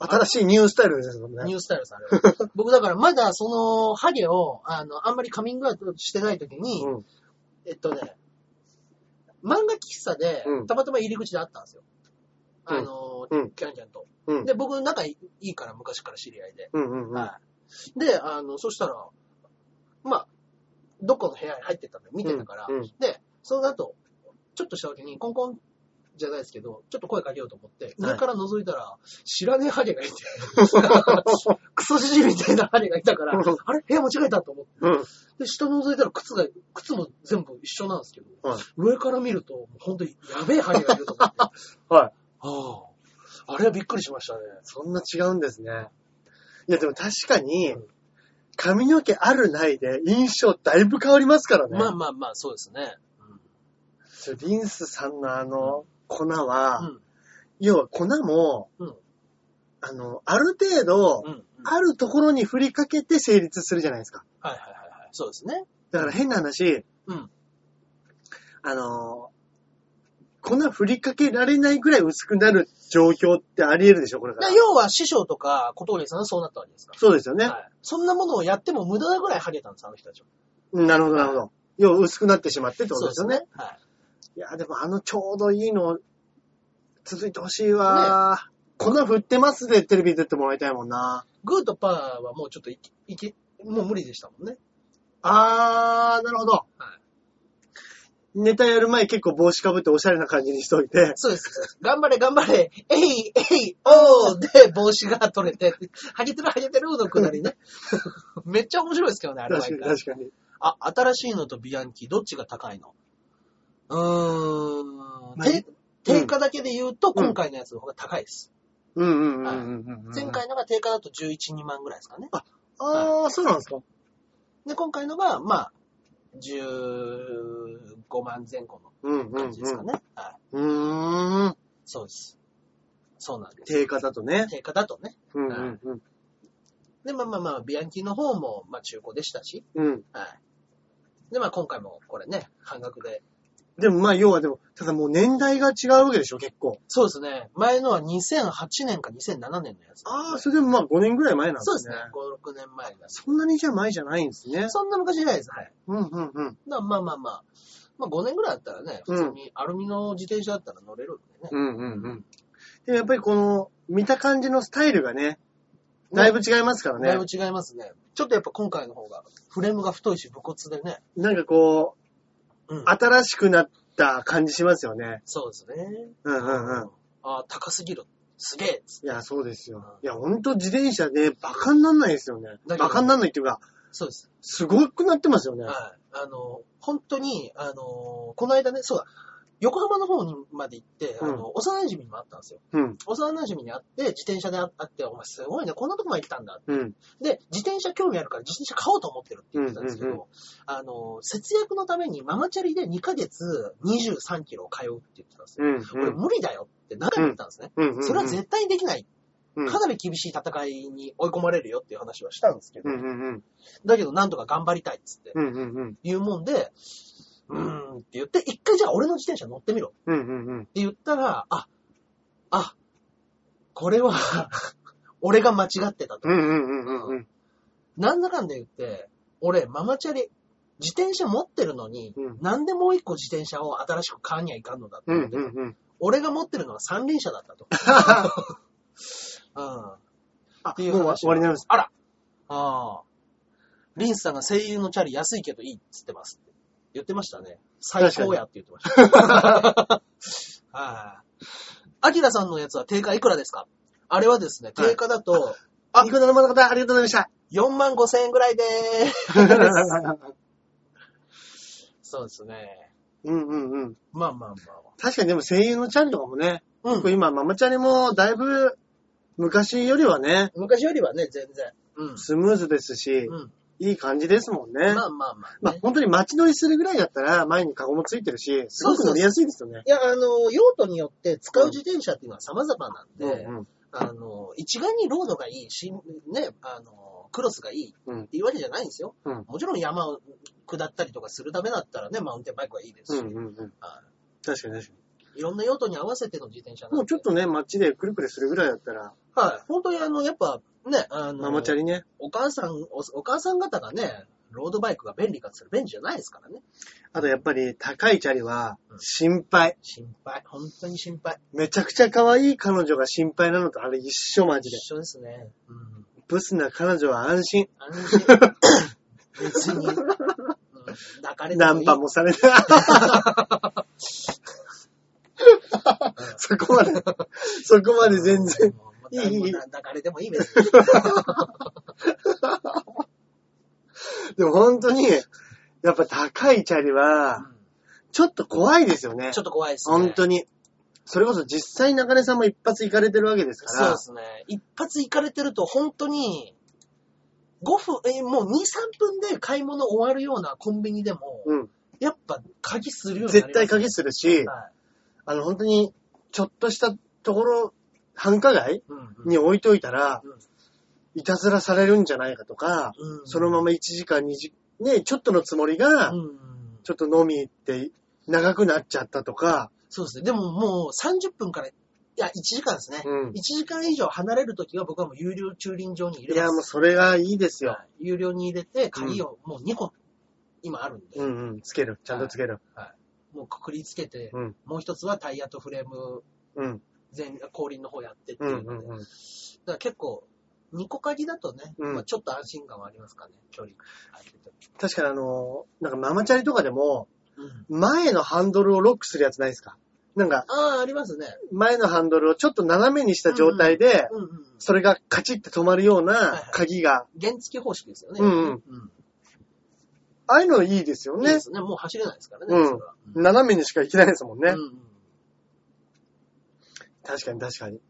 新しいニュースタイルですもん
ニ
ね。
ュースタイルさん、 [laughs] あれは僕だからまだその、ハゲを、あの、あんまりカミングアウトしてない時に、
うん
えっとね、漫画喫茶で
う、ん
たまたま入り口で会ったんですよ。
うん
あの、
うん
キャンキャンと。
うん
で、僕仲いいから昔から知り合いで。
うんうんうん。
はい。で、あの、そしたら、まあ、どこの部屋に入ってったんで見てたから、
うんうん
で、その後、ちょっとした時に、コンコンじゃないですけど、ちょっと声かけようと思って、
はい
上から覗いたら、知らねえハゲがい [laughs] て、クソじじいみたいなハゲがいたから、
うん
あれ部屋間違えたと思って。
うん。
で、下覗いたら靴が、靴も全部一緒なんですけど、
はい
上から見ると、本当にやべえハゲがいると思って。あ
はい。
[laughs] あ。あれはびっくりしましたね。
そんな違うんですね。いや、でも確かに
うん、
髪の毛あるないで印象だいぶ変わりますからね。
まあまあまあ、そうですね。
そうリンスさんのあ
う
の粉
う
は、
ん。
要は粉も
うん、
あの、ある程度
う、ん。うん
あるところに振りかけて成立するじゃないですか。
はいはいはいはい。そうですね。
だから変な話、
うん。
あのー、粉振りかけられないぐらい薄くなる状況ってあり得るでしょ、これか
だから
ら。
要は師匠とか小峠さんはそうなったわけですか
そうですよね
ら。。はい。そんなものをやっても無駄なぐらいハゲたんです、あの人たちは。
うんなるほど、なるほど。要は薄くなってしまってってことですよね。。
はい。
いや、でもあのちょうどいいの、続いてほしいわ、粉振ってますでテレビ出てもらいたいもんな。
グーとパーはもうちょっといき、いき、もう無理でしたもんね。
あー、なるほど。
はい
ネタやる前結構帽子かぶっておしゃれな感じにしといて、
そうです。そうです頑張れ、頑張れ、えい、えい、おーで、帽子が取れて、ハゲてる、ハゲてるのくだりね。 [laughs] めっちゃ面白いですけどね、あれ
確
は
かに確かに。
あ、新しいのとビアンキ、どっちが高いのうーん、
まあ
て
うん
定価だけで言うと、今回のやつの方が高いです。
うんうんうんうんうんうん。
前。回のが定価だと11、2万ぐらいですかね。
あー、そうなんですか。
で、今回のが、まあ、15万前後
うんうん
の感じですかね。はい。
うん。うーん。
そうです。そうなんです。
定価だとね。
定価だとね。
うんうんうん。
で、まあまあまあ、ビアンキの方も、まあ中古でしたし、
うん。
はい。で、まあ今回もこれね、半額で。
でもまあ、要はでも、ただもう年代が違うわけでしょ、結構。
そうですね。前のは2008年か2007年のやつ。
ああ、それでもまあ5年ぐらい前なんです
そう
ね。
ですね。5、6年前のやつ。
そんなにじゃあ前じゃないんですね。
そんな昔じゃないです。はい。
うんうんうん。
だからまあまあまあ、まあ5年ぐらいあったらね、普通にアルミの自転車だったら乗れるんでね。
うんうんうん。でもやっぱりこの、見た感じのスタイルがね、だいぶ違いますから
だい
ね。
ぶ違いますね。ちょっとやっぱ今回の方が、フレームが太いし、武骨でね。
なんかこ
うん
う、新しくなった感じしますよね。
そうですね。
うんうんうん。
ああ、高すぎる。すげえっつって
いや、そうですよ。いや、ほんと自転車でバカになんないですよね。
だけど
バカになんないっていうか、
そうです。
すごくなってますよね。
はい。あの、本当に、あの、この間ね、そうだ、横浜の方にまで行って、あの、幼馴染にも会ったんですよ。
うん。
幼馴染に会って、自転車で会って、お前すごいね、こんなとこまで来たんだ。
うん。
で、自転車興味あるから自転車買おうと思ってるって言ってたんですけど、
うんうん
あの、節約のためにママチャリで2ヶ月23キロ通うって言ってたんですよ。
うん。
俺無理だよって長い言ってたんですね。
うん。
それは絶対にできない。
うん
かなり厳しい戦いに追い込まれるよっていう話はしたんですけど、
うんうんうん。
だけどなんとか頑張りたいっつって
うんうんうん。
言うもんで、うーんって言って、一回じゃあ俺の自転車乗ってみろって
うんうんうん。
言ったら、あ、あ、これは、 [laughs] 俺が間違ってたと。
うんうんうんうんうん。
なんだかんだ言って、俺、ママチャリ、自転車持ってるのに、
うん
なんでもう一個自転車を新しく買わにはいかんのだって
う
思っ
ん
て、
うんうん。
俺が持ってるのは三輪車だったと。
[laughs]
うん。
あ、
ていう話
もう終わりになります。
あらああ。リンスさんが声優のチャリ安いけどいいっつってますって。言ってましたね。最高やって言ってました。 [laughs] はい。アキラさんのやつは定価いくらですかあれはですね、定価だと
あ、肉の生の方、ありがとうございました。
4万5千円ぐらいでーす。 [laughs] そうですね。
うんうんうん。
まあまあま
確かにでも声優のチャンネルとかもね、
あ。うん
僕。今、ママチャリもだいぶ昔よりはね、
昔よりはね、全然。うん。
スムーズですし、
うん。
いい感じですもんね
ま。あまあまあ、ね。
まあ本当に街乗りするぐらいだったら前にカゴもついてるし、すごく乗りやすいですよね。
いや、あの、用途によって使う自転車っていうのは様々なんで、
うん
あの、一概にロードがいいし、ね、あの、クロスがいい
うん
っていうわけじゃないんですよ。
うん
もちろん山を下ったりとかするためだったらね、マウンテンバイクはいいです
う
し、
んうんうん。
は
確かに確か
いいろんな用途に合わせての自転車なん
に。
で
もうちょっとね、街でくるくるするぐらいだったら、
はい。本当にあの、やっぱね、あの、
ママチャリね。
お母さんお、お母さん方がね、ロードバイクが便利かって言ったら便利じゃないですからね。
あとやっぱり高いチャリは
うん
心配。
心配。本当に心配。
めちゃくちゃ可愛い彼女が心配なのとあれ一緒マジで。
一緒ですね。うん。
ブスな彼女は安心。
安
[laughs]
心。別に、うん、抱かれてもいい
ナンパもされない。
[laughs]
そこまで、そこまで全然。
もう
いいいい
もう抱かれてもいい別に。
でも本当に、やっぱ高いチャリ
う
は、
ん
ちょっと怖いですよね
ちょ。っと怖いですね。
本当に。それこそ実際中根さんも一発行かれてるわけですか
そう
ら
で。すね。一発行かれてると本当に、5分、えーもう2、3分で買い物終わるようなコンビニでも、
うん
やっぱ鍵するようになり
絶
ます、
対鍵するし、
はい
あの本当に、ちょっとしたところ、繁華街
うんうん
に置いといたら
うん、
いたずらされるんじゃないかとか、
うん
そのまま1時間2時、ね、ちょっとのつもりが
う、ん
ちょっと飲み行って長くなっちゃったとか、
そうですね。でももう30分から、いや、1時間ですね。
うん
1時間以上離れるときは僕はもう有料駐輪場に入
い
れ
や、
ます。
もうそれがいいですよ。
はい有料に入れて、鍵をもう2個、今あるんで、
うんうん、つける。ちゃんとつける。
もうくくりつけて、
うん
もう一つはタイヤとフレーム
うん、
全、後輪の方やってって
う
い
ん
うの、で、
うん、うん。
だから結構、2個鍵だとね、
うん
まあ、ちょっと安心感はありますかね、距離空いてて。
確かにあの、なんかママチャリとかでも、
うん、
前のハンドルをロックするやつないですかなんか、
ああ、ありますね。
前のハンドルをちょっと斜めにした状態で、
うんうん。
それがカチッて止まるよう
い
な
はい
鍵が、
原付方式ですよね。
うんうんああいうのいいですよ
いいで
ね。
すね。もう走れないですからね、
うん
それは。うん
斜めにしか行けないですもんね。
うんうん
確かに確かに。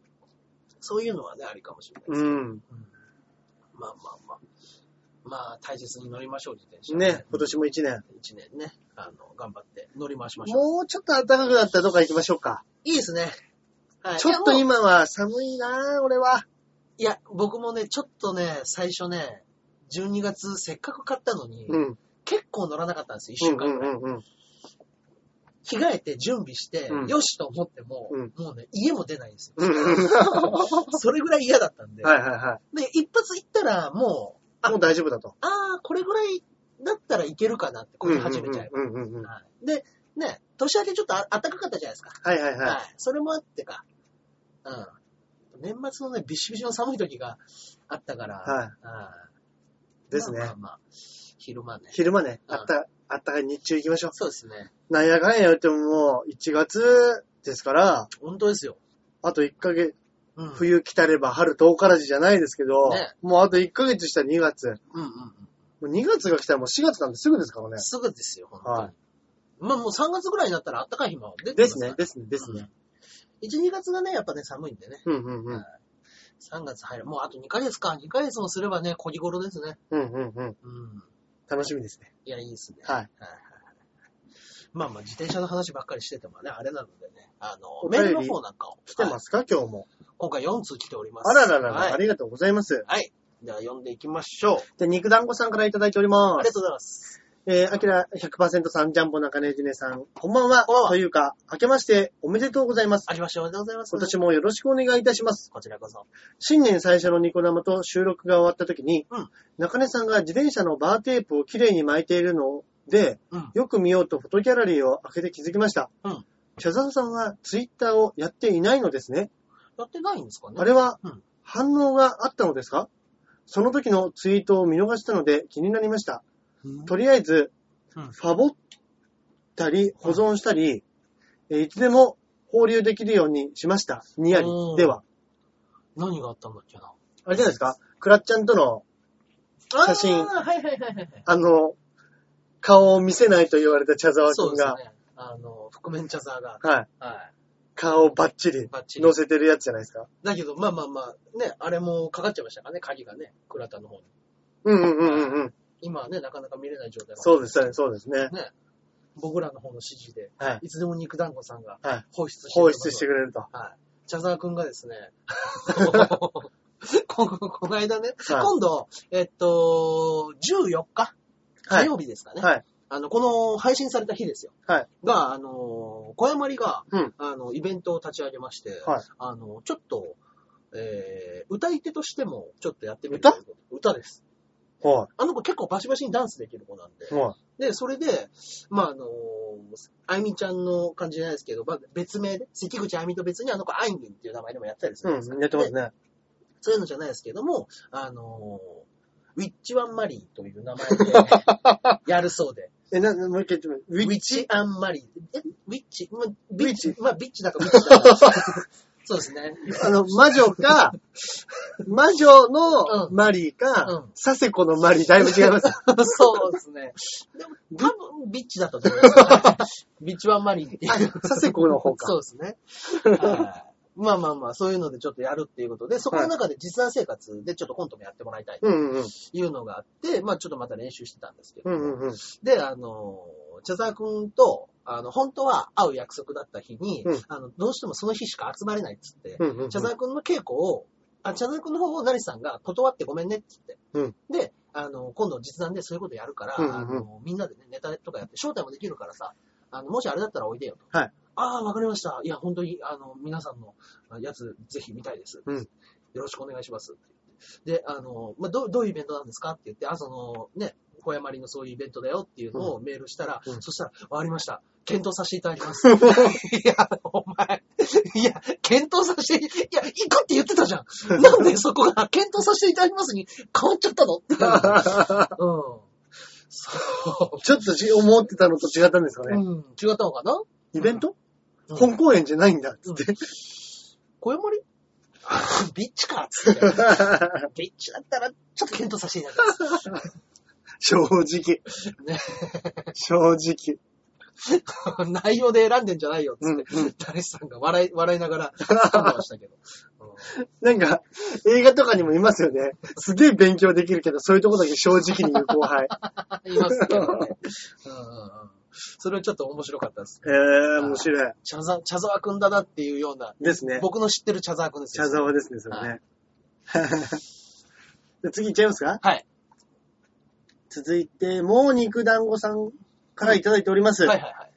そういうのはね、ありかもしれないで
う
す。
ん。
うんまあまあまあ。まあ、大切に乗りましょう、自転車。
ね、今年も一年。
1年ね、あの、頑張って乗り回しましょう。
もうちょっと暖かくなったらどっか行きましょうか。
いいですね。はい
ちょっと
いやもう
今は寒いなぁ、俺は。
いや、僕もね、ちょっとね、最初ね、12月せっかく買ったのに、
うん。
結構乗らなかったんですよ、
う
1週
ん
間ぐらい。
うんうんうん。
着替えて準備して、
うん
よしと思っても、
うん
もうね、家も出ないんです
[laughs]
よ。
うんうんうんは
それぐらい嫌だったんで。
いはいは
で、一発行ったら、もう、
い。もう大丈夫だと。
ああ、これぐらいだったらいけるかなって、これ始めちゃえば。
うんうんうんうんうん。
はいで、ね、年明けちょっとあ暖かかったじゃないですか。
はいはい
は。
はい
それもあってか。うん。年末のね、ビシビシの寒い時があったから。
はい
うん。
ですね
まあまあまあ、昼間ね
い。。昼間ね、
うん
あった、あったかい日中行きましょ
そうですね。
う。なんやかんや言ってももう1月ですから、
本当ですよ。
あと1ヶ月、
うん。。
冬来たれば春遠からずじゃないですけど、
ね
もうあと1ヶ月したら2月。
うんうんうん。
もう2月が来たらもう4月なんですぐですからね。
すぐですよ、本当に。
はい
まあもう3月ぐらいになったら暖かい日も出て
で
ますすから
ね、ですね、ですね。。
うん1、2月がね、やっぱね、寒いんでね。
うんうんうん。
3月入る。もうあと2ヶ月か。2ヶ月もすればね、小ぎ頃ですね。
うんうんうん。
うん。
楽しみですね。
いや、いいですね。
はい。
はいはいはいまあまあ、自転車の話ばっかりしててもね、あれなのでね、あの、
お
メ
便
ー
り
ルの方なんかを。。
来てますすか今日も。
今回4通来ております。
あらららら、
はい
ありがとうございます。
はい。では、読んでいきましょう。
で、肉団子さんからいただいており
あ
ま
りが
す。
とうございます。
えー、アキラ100%さん、ジャンボ中根じねさん、こんばんは。
こんばんは
というか、明けましておめでとうございます。
ありましておめでとうございます。
今年もよろしくお願いいたします。
こちらこそ。
新年最初のニコ生と収録が終わった時に、
うん
中根さんが自転車のバーテープをきれいに巻いているので、
うん。
よく見ようとフォトギャラリーを開けて気づきました。
うん
茶沢さんはツイッターをやっていないのですね。
やってないんですかね
あれは
うん
反応があったのですかその時のツイートを見逃したので気になりました。
うん
とりあえず、
うん
ファボったり保存したり、えーいつでも放流できるようにしました。ニヤリ
うん。
では、
何があったんだっけな
あれじゃないですかクラッちゃんとの、写真
あーはいはいはいはい。
あの、顔を見せないと言われた茶沢
そう
君
です
が、
ね。あの、覆面茶沢が。
はい。
は
顔をバッチ
い。
リ
バッチリ
乗。せてるやつじゃないですか。
だけど、まあまあまあ、ね、あれもかかっちゃいましたからね、鍵がね、倉田の方に。
うんうんうんうんうん。
今はね、なかなか見れない状態
そうです
ね。
ね、そうですね。
僕らの方の指示で、
はい。
いつでも肉団子さんが
はい。
放出して
放出して
くれ
くれると。
ます。はい。茶沢くんがで
[laughs]
すね、こ [laughs] この間ね、
はい
今度、えっと、14日、
は
火
い。
曜日ですかね。
はい。
あの、この配信された日ですよ。
はい
が、あの、小山里が、
うん
あの、イベントを立ち上げまして、
はい
あの、ちょっと、えー、歌い手としても、ちょっとやってみる
歌
ということ歌です。
は
あの子結構バシバシにダンスできる子なんで
い。、は
で、それで、まあ、あのあゆみちゃんの感じじゃないですけど、まあ別名で、関口あゆみと別にあの子あいみんっていう名前でもやってたりす
い。
るんです
うん、やってます
で
ね。
そういうのじゃないですけども、あのウィッチワンマリーという名前
[laughs]
でやるそうで。
え、な、もう一回言ってみる。ウ
ウ
ィ
ィ
ッチ
ッチアンマリー。え、ウィッチ、まあ、ビッ
ウィ
チ、まあ、ビッチだかウィッチだか。
[laughs]
そうですね。
あの、魔女
[laughs]
か、魔女のマリー
う
か
ん、
サセコのマリー、だいぶ違い
[laughs]
ます。
そうですね。でも、多分、ビッチだったと思います。ビッチワンマリーっていう
サセコの方か。
そうですね。はいまあまあまあ、そういうのでちょっとやるっていうことで、そこの中で実際生活でちょっとコントもやってもらいたいと
うんうんうん。
いうのがあって、まあちょっとまた練習してたんですけど
う
も、
んうんうん。
で、あの、茶沢くんと、あの、本当は会う約束だった日に、
うん
あの、どうしてもその日しか集まれないっつって、
うんうんうん
茶沢くんの稽古を、あ、茶沢くんの方を成さんが断ってごめんねっつって、
うん
で、あの、今度実弾でそういうことやるから、
うんうんうん
あの、みんなでね、ネタとかやって、招待もできるからさ、あの、もしあれだったらおいでよと。
はい
ああ、わかりました。いや、本当に、あの、皆さんのやつ、ぜひ見たいです。
うん
よろしくお願いします。で、あの、まあ、どう、どういうイベントなんですかって言って、あ、その、ね、小山里のそういうイベントだよっていうのをメールしたら、
うん
そしたら、わかりました。検討させていただき
[laughs]
ます。いや、お前、いや、検討させて、いや、行くって言ってたじゃん。なんでそこが、検討させていただきますに変わっちゃったの
[laughs]
って。うん。
[laughs]
そ
ちょっとじ思ってたのと違ったんですか
う。
ね。
うん、違ったのかな
イベント
うん
本公演じゃないんだ、つって。
小山
[laughs]
里あビッチか、つって。ビッチだったら、ちょっと検討させていただきます。
正直。
ね
正直。
[laughs] 内容で選んでんじゃないよ、つって。
うんうん
誰さんが笑い、笑いながら、噛んでましたけど。うん
なんか、映画とかにもいますよね。すげえ勉強できるけど、そういうとこだけ正直に言う後輩。
います
[laughs]
けどね。うんうんうんそれはちょっと面白かったです。
えー、面白い。
茶沢、茶沢くんだなっていうような、
ですね。
僕の知ってる茶沢くんですよ
茶沢ですね、それね。 [laughs] で次行っちゃいますか
はい。
続いて、もう肉団子さんからいただいております。
はいはいはい。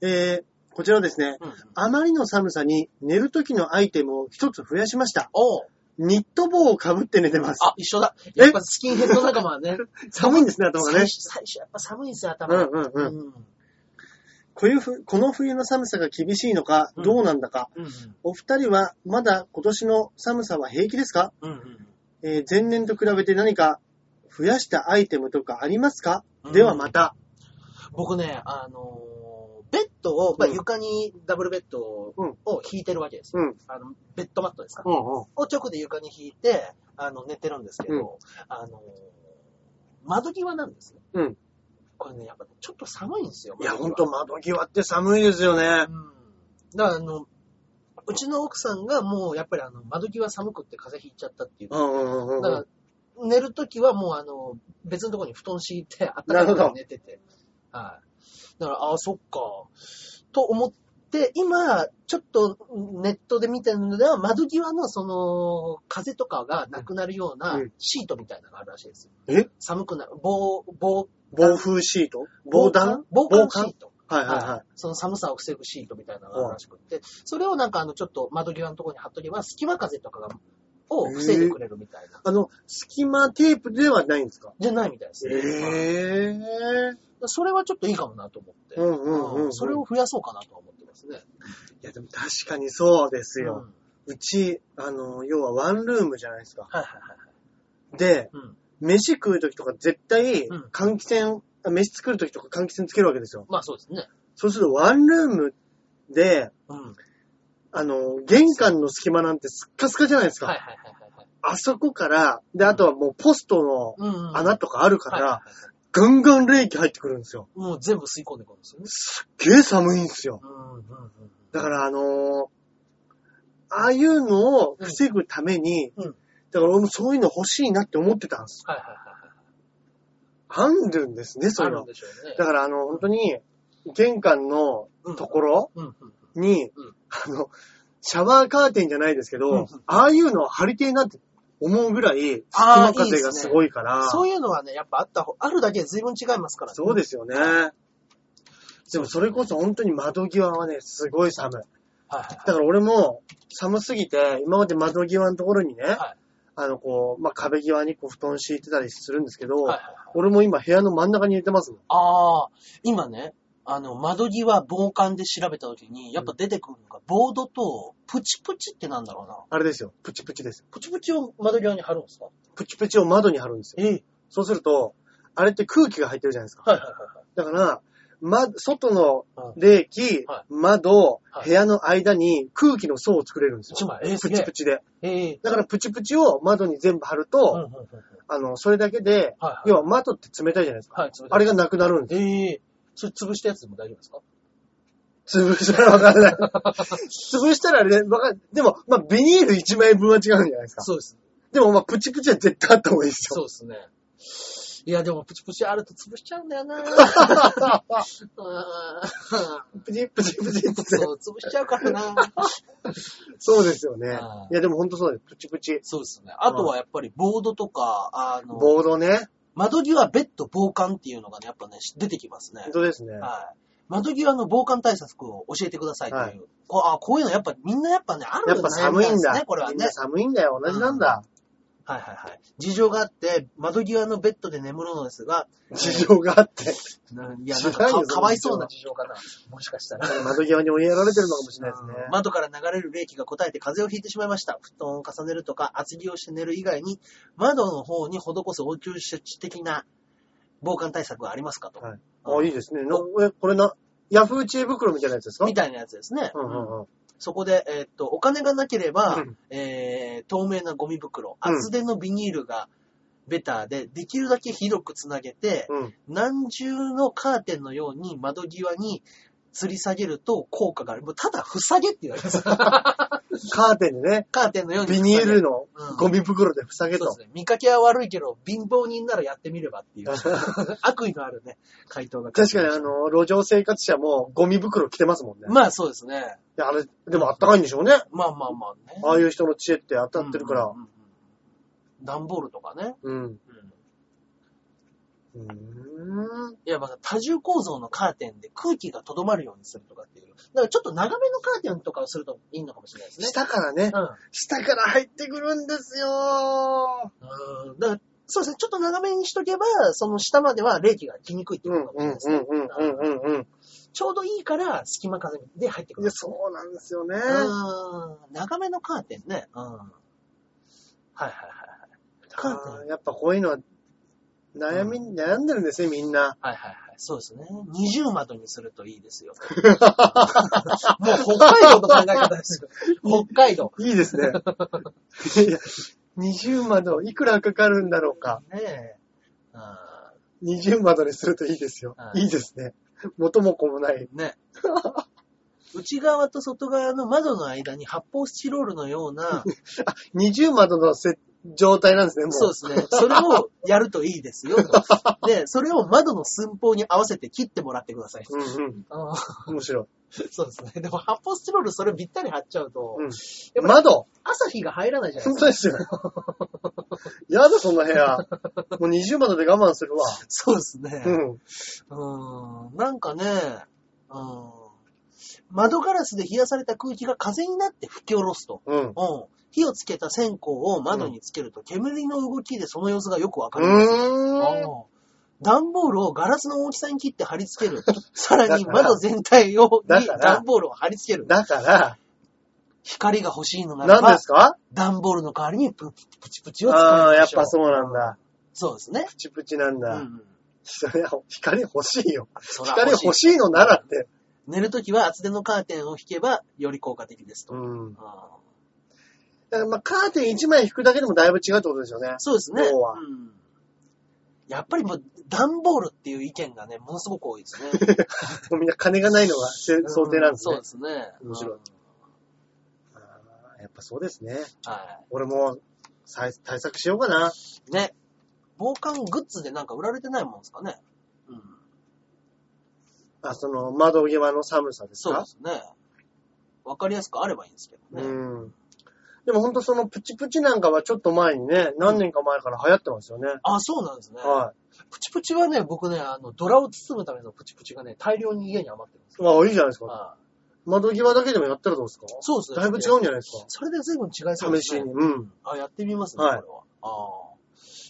えー、こちらはですね、
うんうん
あまりの寒さに寝る時のアイテムを一つ増やしました。
おう
ニット帽をかぶって寝てます。
あ、一緒だ。やっぱスキンヘッド仲間はね、
[laughs] 寒いんですね、頭が
最
ね。
初、最初やっぱ寒いんですよ、
うん
頭。
うんうん。
うん。
こういうふこの冬の寒さが厳しいのか、
うん
どうなんだか。
うん
お二人はまだ今年の寒さは平気ですか、
うん。うん
えー前年と比べて何か増やしたアイテムとかありますか、
うん
ではまた。
僕ね、あのーベッドを、まあ、
うん
床にダブルベッドを
うん
を引いてるわけですよ。
うん
あのベッドマットですか。
うんうん。
を直で床に引いて、あの、寝てるんですけど、
うん
あの、窓際なんですよ。
うん
これね、やっぱちょっと寒いんですよ。
いや、ほん
窓
と
際
窓際って寒いですよね。
うん。だから、あの、うちの奥さんがもう、やっぱりあの、窓際寒くって風邪ひいちゃったっていう。
う
だ
んうんうん
か
うん
ら。、寝るときはもう、あの、別のところに布団敷いて、あったかいところに寝てて。はい。だから、ああ、そっか。と思って、今、ちょっとネットで見てるのでは、窓際のその、風とかがなくなるような
うん
シートみたいなのがあるらしいですよ。
え
寒くなる。防、防、
防風シート防弾
防寒シート。
はいはいはい。
その寒さを防ぐシートみたいなのがあるらしくって、それをなんかあの、ちょっと窓際のところに貼っとけば、隙間風とかが、を防いでくれるみたいな。
あの、隙間テープではないんですか
じゃないみたいです
え
ね。
え
それはちょっといいかもなと思って、
うんうんうんうん
それを増やそうかなとは思ってますね。
いやでも確かにそうです
うん、
よ。うち、あの、要はワンルームじゃないですか。
はいはいはい。
で、
うん。
飯食う時とか絶対
うん、
換気扇、あ飯作る時とか換気扇つけるわけですよ。
まあそうですね。
そうするとワンルームで、
うん。はい
あの、玄関の隙間なんてスッカスカじゃないですか。
はいはいはいはい。
あそこから、で、あとはもうポストの
うん、うん。
穴とかあるか
はいはいは
ら、
い
ガンガン冷気入ってくるんですよ。
もう全部吸い込んでくるんですよね。
すっげえ寒いんですよ。
うんうんうん。
だからあのーああいうのを防ぐために、
うんうん
だから俺もそういうの欲しいなって思ってたんです。
はいはいはいはい。
あるんですね、そう
あ
いう
るん
の。
でしょうね。
だからあの、本当に、玄関の
うん
ところ
うんうん。
に、
うん
あの、シャワーカーテンじゃないですけど、
うんうん
ああいうのを張りてえなって思うぐらい、隙
あー
間風がすごいから、
そういうのはね、やっぱあった方、あるだけで随分違いますからね。
そうですよね。でもそれこそ本当に窓際はね、すごい寒い。
はいはい
だから俺も寒すぎて、今まで窓際のところにね、
はい
あのこう、まあ、壁際にこう布団敷いてたりするんですけど、
はいはいはい。
俺も今部屋の真ん中に寝てますもん。
ああ、今ね、あの、窓際防寒で調べたときに、やっぱ出てくるのが、ボードと、プチプチってなんだろうな。
あれですよ、プチプチです。
プチプチを窓際に貼るんですか
プチプチを窓に貼るんですよ。
ええ。
そうすると、あれって空気が入ってるじゃないですか。
はいはいはい。
だから、ま、外の
うん
冷気、
は
窓、
はい
部屋の間に空気の層を作れるんです
一
よ。
枚。ええ、
プ
すげ
チ
え
プ。チで。
ええ。
だからプチプチを窓に全部貼ると、
うんうんうんうん
あの、それだけで、
はい
要
は
は
い。
窓って冷たいじゃないですか。
はい、潰れた
あれがなくなるんです。
ええ。それ潰したやつでも大丈夫ですか
潰したらわからない。潰したらね、わかんでも、まあ、ビニール1枚分は違うんじゃないですか。
[laughs] そうです。
でも、まあ、プチプチは絶対あった方がいいです
そう
よ。
ですね。いや、でも、プチプチあると潰しちゃうんだよ [laughs] なうーん
プチプチプチって。
そう、潰しちゃうからな
そうですよね
あ。ー
いや、でもほんとそうです。プチプチ。
そうですね。あとはやっぱり、ボードとか、あの、
ボードね。
窓際ベッド防寒っていうのがね、やっぱね、出てきますね
本。当ですね。
はい。窓際の防寒対策を教えてくださいという。
はい
こうあこういうのやっぱみんなやっぱね、ある
やっぱ寒いん
悩みなです
だ
ね、。これは
みん
ね
な。寒いんだよ。同じなんだ。
はいはいはい。事情があって、窓際のベッドで眠るのですが、
事情があ
[laughs]
って。
ないや、なんか
知らん
か
よ
かわいそうな事情かな。もしかしたら。
窓際に追いやられてるのかもしれないですね。
窓から流れる冷気が答えて風邪をひいてしまいました。布団を重ねるとか厚着をして寝る以外に、窓の方に施す応急処置的な防寒対策はありますかと。
はいあ、いいですね。なえこれな、ヤフー知恵袋みたいなやつですか
みたいなやつですね。
うんうんうん。
そこで、えーっと、お金がなければ、
うん
えー透明なゴミ袋、
うん
厚手のビニールがベターで、できるだけ広くつなげて、
うん。
何重のカーテンのように窓際に吊り下げると効果がある。もうただ、塞げって言
[laughs]
われます。
カーテンでね、
カーテンのように
ビニール
の
のゴミ袋で塞げ
そう
と
です。ね。見かけは悪いけど、貧乏人ならやってみれ
[laughs]
ばっていう。悪意のあるね、回答が。
確かにあ、の、路上生活者もゴミ袋着てますもんね。
まあそうですね。
いやあれ、でもあったかいんでしょうね。
まあまあまあね。
ああいう人の知恵って当たってるか
うん
ら
う。んうんうん。段ボールとかね。
うん。
うん
うーん。
いや、まあ、多重構造のカーテンで空気がとどまるようにするとかっていう。だからちょっと長めのカーテンとかをするといいのかもしれないですね。
下からね、下から入ってくるんですよ。
うん。うん。だから、そうですね。ちょっと長めにしとけば、その下までは冷気が来にくいって
う
こ
ん
とかもし
う
れ
ん
な
う
い
ん
ですね。
うんうんうんうん。
ちょうどいいから、隙間風で入ってく
い
る
や、。そうなんですよね。
うん。長めのカーテンね。うん。はいはいはいはい。カーテン
あーやっぱこういうのは悩み、悩んでるんですね、みんな。
はいはいはい。そうですね。二重窓にするといいです
[laughs]
よ。もう北海道の考え方
[laughs]
ですよ。北海道。
いいです
[laughs]
ね。いや、20窓、いくらかかるんだろうか。
ねえ。うん
20窓にするといいですよ。
はい
いいですね。元も子もない。 [laughs]
ね。内側と外側の窓の間に発泡スチロールのような、
20窓のせ状態なんですね、もう。
そうですね。それをやるといい [laughs] ですよ。で、それを窓の寸法に合わせて切ってもらってください。
うんうん。
あー
面白
そうですね。でも発泡スチロールそれぴったり貼っちゃうと、
うん
やっ
い。
ぱり
窓
朝日が入らないじゃない
本
です
当
か。
です
[laughs]
よ。やだ、その部屋。もう20窓で我慢するわ。
そうですね。
うん。
うーんなんかね、うーん窓ガラスで冷やされた空気が風になって吹き下ろすと。
うん。
うん火をつけた線香を窓につけると、煙の動きでその様子がよくわか
う
るんですよ。
ーん。
うん段ボールをガラスの大きさに切って貼り付
[laughs]
ける。さらに窓全体を
だ
に
から
段ボールを貼り付ける。
だから、
光が欲しいのなら
何
ば
で、すか
段ボールの代わりにプチプチプチを
あ
使
あー、
い
や
ま
っ
しょう。
ぱそうなんだ。
そうですね。
プチプチなん
うんう
だ。
ん
それは光欲しいよ。
そら
光欲しいのならって。
寝るときは厚手のカーテンを引けばより効果的ですと。
うん。
あー
だからまあカーテン1枚引くだけでもだいぶ違うってことですよね。 [laughs]
そうですね。
要は
うんやっぱりもう、段ボールっていう意見がね、ものすごく多いで
[laughs]
すね。
もうみんな金がないのがせ想定なんですね
う。そうですね。
面白いあーやっぱそうですね。
うんは
俺もさい対策しようかな。
い。ね。防寒グッズでなんか売られてないもんですかね。うん。
あ、その窓際の寒さです
そう
か
ですね。わかりやすくあればいいんですけどね。
うん。でもほんとそのプチプチなんかはちょっと前にね、何年か前から流行ってますよね。
あ、そうなんですね。
は
プチプチはね、僕ね、あの、ドラを包むためのプチプチがね、大量に家に余ってるんです
い。
よ。
まあいいじゃないですか。
あー
窓際だけでもやったらどうですか
そうですね。
だいぶ違うんじゃないですか
それで随分違いそうで
試
す
し
ね。
に。うん。
あ、やってみますね、
はい
これは。ああ。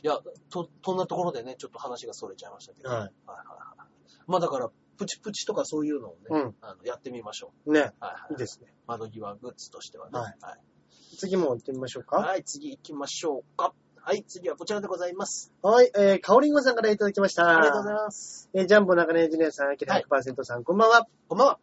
いや、と、そんなところでね、ちょっと話が逸れちゃいましたけど。。
はい
はいはいはいまあだから、プチプチとかそういうのをね、
うん
あのやってみましょ
い。ね。
う。はいはい
い。いですね。
窓際グッズとしてはね。
はい
はい。
次も行ってみましょうか。
はい、次行きましょうか。はい、次はこちらでございます。
はい。えー、かおりんごさんからいただきました。
ありがとうございます。
えー、ジャンボ中根エンジニアさん、あきら100%さん、こんばんは。
こんばんは。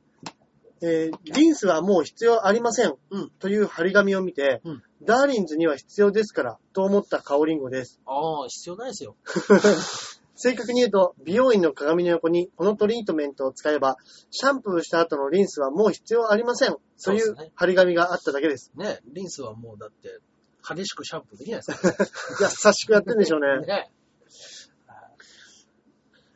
えーリンスはもう必要ありません。
うん
という張り紙を見て、
うん
ダーリンズには必要ですから、と思ったカオリンゴです。
ああ、必要ないですよ。
正確に言うと、美容院の鏡の横にこのトリートメントを使えば、シャンプーした後のリンスはもう必要ありません。と
そう
い
ですね
う張り紙があっただけです。
ね、リンスはもうだって、激しくシャンプーできないですか
優しくやってるんでしょうね。
らね。 [laughs] ね。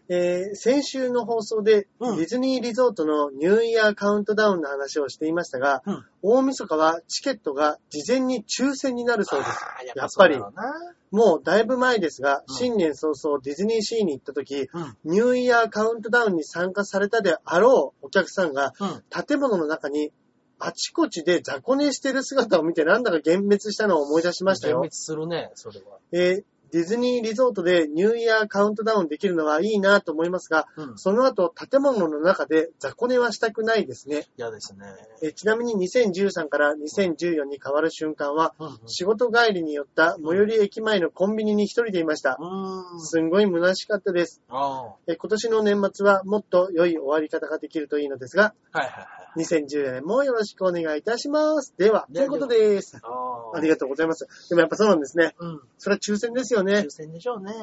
えー先週の放送で、
うん
ディズニーリゾートのニューイヤーカウントダウンの話をしていましたが、
うん
大晦日はチケットが事前に抽選になるそうです。
あー
やっぱり
そうだろうな
もうだいぶ前ですが、
うん
新年早々ディズニーシーに行った時、
うん
ニューイヤーカウントダウンに参加されたであろうお客さんが、
うん
建物の中にあちこちで雑魚寝してる姿を見てなんだか幻滅したのを思い出しました
幻
よ
滅。するね、それは。
えーディズニーリゾートでニューイヤーカウントダウンできるのはいいなと思いますが、
うん。
その後建物の中で雑魚寝はしたくないですね。
嫌ですね。
えーちなみに2013から2014に変わる瞬間は、
うんうん
仕事帰りに寄った最寄り駅前のコンビニに一人でいました。
うーん。
すんごい虚しかったです。
ああ。は
え今年の年末はもっと良い終わり方ができるといいのですが、
いはいはい。
2014年もよろしくお願いいたします。では、
で
と
は
いうことです。
ああ。
ありがとうございます。でもやっぱそうなんですね。
うん。
それは抽選ですよね
抽。選でしょうね。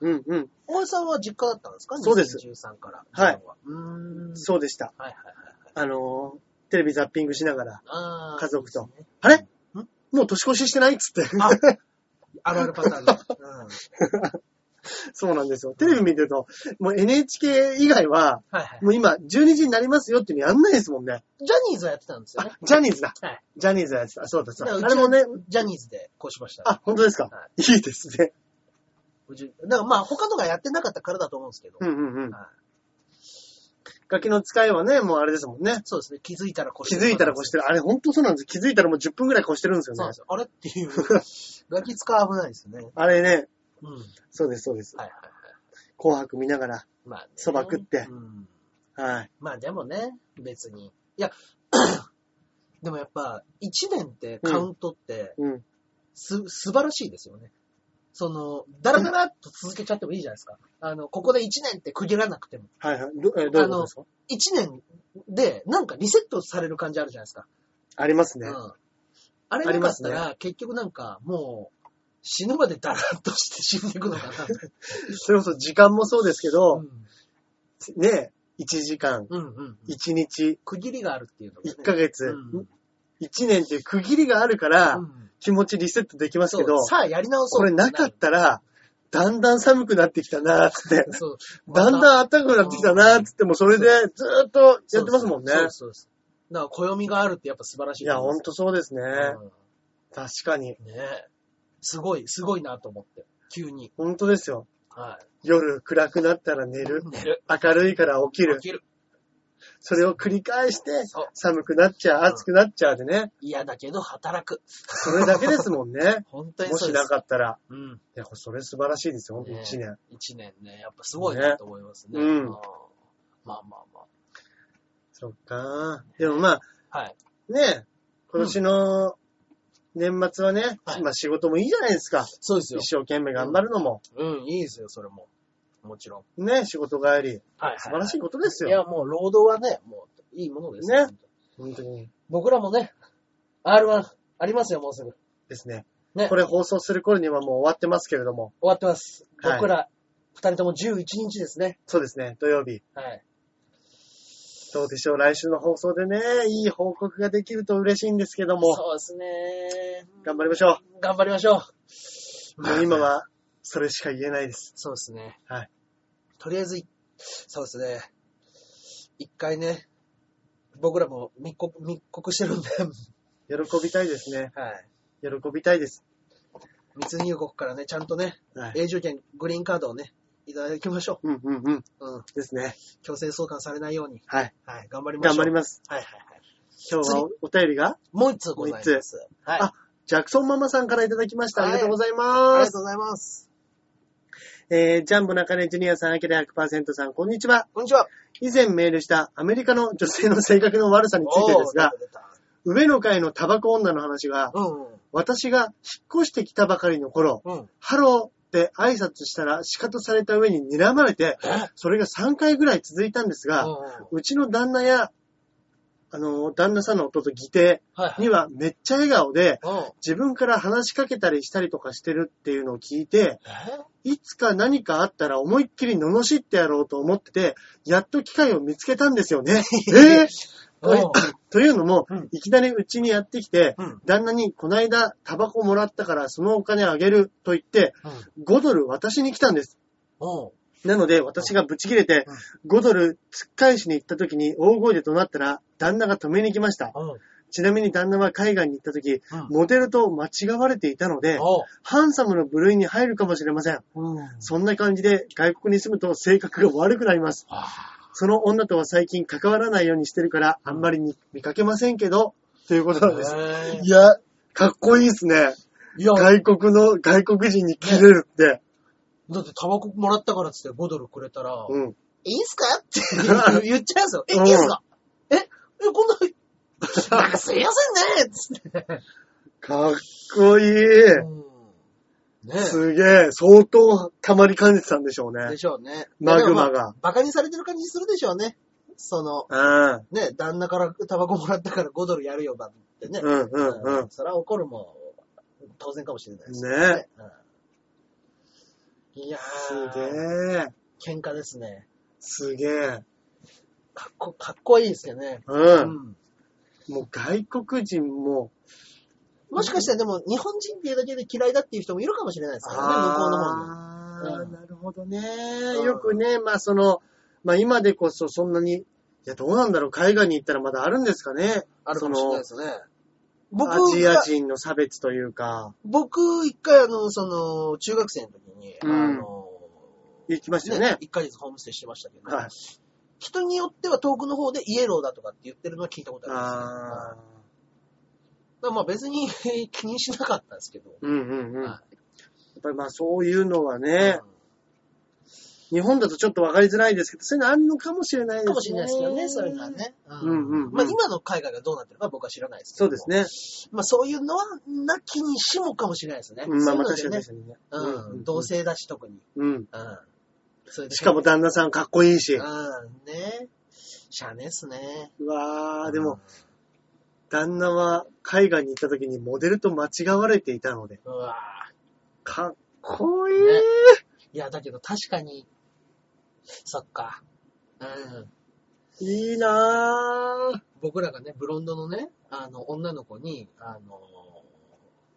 うんうん。
大江さんは実家だったんですか
そうです。
2013から。
はい
自分。うーん。
そうでした。
はいはいはい。
あのーテレビザッピングしながら、
ああ。
家族と
いいですね。
あれもう年越ししてないっつって。
[laughs] あるあるパターンだ。うん。はい
そうなんですよ。テレビ見てると、もう NHK 以外は、
はい。
もう今12時になりますよっていうのやんないですもんね。
ジャニーズはやってたんですよね
あ。、ジャニーズだ。
はい。
ジャニーズのやつだ。そうだそう
だ
だ。
か
あ
ら
れもね
う、ちはジャニーズでこうしましたね。
あ、本当ですか。
はい
いいですね。
うちだからまあ他のがやってなかったからだと思うんですけど。
うんうんうん
はい。
楽器の使いはね、もうあれですもんね。
そうですね。気づいたらこう
気づいたらこうしてる。あれ、ほんとそうなんです。気づいたらもう10分くらいこうしてるんですよ
そうなん
ね
です。よ。あれっていう。ガキ使う危ないですね。
[laughs] あれね、
うん。はい
そうです、そうです。
はいはい。
紅白見ながら。
まあ、ね。
そば食って
うん。
はい。
まあでもね、別に。いや、 [clears throat] でもやっぱ、一年ってカウントって、
うん。
す、素晴らしいですよね。その、だらだらっと続けちゃってもいいじゃないですか。あの、ここで一年って区切らなくても。
はいはい。どえどういうことですか
一年で、なんかリセットされる感じあるじゃないですか。
ありますね。
うん。あ
あり
れなか
ま
っ
す
た
ね
ら、結局なんか、もう、死ぬまでだらっとして死んでいくのかな。
それこそ時間もそうですけ
う
ど、
ん
ね、1時間、
うんうん。
1日、
区切りがあるっていうのがね
1ヶ月
う、ん
1年っていう区切りがあるから
う、ん
気持ちリセットできます
そ
けど
う、さあやり直そう。
これなかったら、だんだん寒くなってきたなーっつって、
そう。
だん
また
だん暖かくなってきたなーっつって、もうそれでずーっとやってますもんね。
そうそうそうそう。だから、暦があるってやっぱ素晴らしい
い
と
や、
思
ほ
うん
んとそうですね。
ね。
確かに。
ねえ。すごい、すごいなと思って。急に。
ほんとですよ。
は
夜暗くなったら寝る
い。。寝る。
明るいから起きる
起。きる。
それを繰り返して
そう、
寒くなっちゃう、暑くなっちゃうでね。
嫌だけど働く。。
それだけですもんね
[laughs] 本当に
も
そう
し
で
な
す。
かったら。
うん。
いや、それ素晴らしいですよ、ほんと
ね
一年。
一年ね、やっぱすごいなと思いますね。
ねうん
あーまあまあま
そっかー。でもまあ、
あ。はい。
ね、今年の年末はね、
はい
まあ仕事もいいじゃないですか。
そうですよ
一。生懸命頑張るのも、
うん、いいですよ、それも。もちろん。
ね、仕事帰り、
はい。
素晴らしい
こ
ことです
い
よ。
や、もう労働はね、もういいものですよ
ね。本当に。
僕らもね、R1 ありますよ、もうすぐ。終
ですね。
ね
これ放送する頃にはもう終わってますけれども、
わってます。
はい
僕ら、二人とも11日ですね。
そうですね、土曜日。
はい。
どうでしょう、来週の放送でね、いい報告ができると嬉しいんですけども、
そうですね。
頑張りましょ
頑張りましょう。 [laughs]
う。もう今は、それしか言えないです。
そうですね。
はい。
とりあえずい、そうですね。一回ね、僕らも密告、密告してるんで、
喜びたいですね。
はい。
喜びたいです。
密入国からね、ちゃんとね、
はい。
永住権、グリーンカードをね、いただきましょ
うんうんうん。
う。うん。
ですね。
強制送還されないように。
はい。
はい。頑張りましょ
頑
う。
張り
ま
ます。
す。はいはいはい。
今日はおお便りが、
もう一つござい
もう
ま
一
す。はい。
あジャクソンママさんからいただきました。あ
はい
りがとうござい
あり
ま
が
す
と。うございます。
えー、ジャンボ中根ジュニアさん、アキラ100%さん、こんにちは。
こんにちは。
以前メールしたアメリカの女性の性格の悪さについてですが
おー、出た
上の階のタバコ女の話が
出た、う
私が引っ越してきたばかりの頃、
んうん。うん。
ハローって挨拶したら仕方された上に睨まれて、それが3回ぐらい続いたんです
うん
が、
うん
うちの旦那や、あの、旦那さんの弟、義弟
はいはい。
にはめっちゃ笑顔で、
うん。
自分から話しかけたりしたりとかしてるっていうのを聞いて、
え
いつか何かあったら思いっきり罵ってやろうと思ってて、やっと機会を見つけたんですよ
[laughs]
ね。えー
うん
というのも
うん、
いきなりうちにやってきて、
うん
旦那にこないだタバコもらったからそのお金あげると言って、5ドル渡しに来たんです。
うん。うん。
なので私がブチ切れて、5ドル突っ返しに行った時に大声で怒鳴ったら、旦那が止めに来ました。
うん。
ちなみに旦那は海外に行った時、
うん
モデルと間違われていたので、
お
ハンサムの部類に入るかもしれません。
うん。
そんな感じで外国に住むと性格が悪くなります。その女とは最近関わらないようにしてるから、あんまりに見かけませんけど、ということなんです。
へー
いや、かっこいいですね。
いや、
外国の、外国人に切れるって。
だってタバコもらったからっつって5ドルくれたら、
う
い
ん。
いんすか
[laughs]
って言っちゃうんですよ。え、
うん
いいんすかえ、え、こんな、なんかすいませんねつって。
[laughs] かっこいい。
うんね
すげえ。相当溜まり感じてたんでしょう
で
ね。
しょうね。
マグマが
でもまあ。バカにされてる感じするでしょうね。その、
うん。
ね、旦那からタバコもらったから5ドルやるよ、ばってね。
うんうんうん。
それは怒るもん当然かもしれないです
ねえ。
うんいや
す
ー、
げえ。
喧嘩ですね。
すげえ。
かっこ、かっこいいですけどね。
う。
うんん。
もう外国人も、
もしかしたらでも、日本人っていうだけで嫌いだっていう人もいるかもしれないですからね、向
あー
こうの方に。の方にうん
なるほどね
う。ん
よくね、まあその、まあ今でこそそんなに、いやどうなんだろう、海外に行ったらまだあるんですかね。
あるかもしれないですね。僕が
アジア人の差別というか、
僕、一回、あの、その、中学生の時に、
うん
あの、
行きましたよね。
1ヶ月ホームステイしてましたけど、
はい。
人によっては遠くの方でイエローだとかって言ってるのは聞いたことあります、ね。
あー
だからまあ別に [laughs] 気にしなかったんですけど。
うんうんうん。やっ
は
ぱりまあそういうのは
う
ね、
ん
日本だとちょっとわかりづらいですけど、そういうのあるのかもしれないですね。
かもしれないですけどね、そういうのは。ね。
うんうんうん
まあ今の海外がどうなってるか僕は知らないですけど。
そうです。ね。
まあそういうのはなきにしもかもしれないですね。
うんまあまあ
そう
確
い
か
う
に
の
確
でね。
かにね。うんう
うんん。同性だし特に。
うん。
うん。それで
しかも旦那さんかっこいいし。
うん、ね。しゃあねっすね。
うわー、でも、旦那は海外に行った時にモデルと間違われていたので、
うん。うわ
かっこいい、
ねいや、だけど確かに、そっか。うん。
いいなぁ。
僕らがね、ブロンドのね、あの、女の子に、あの、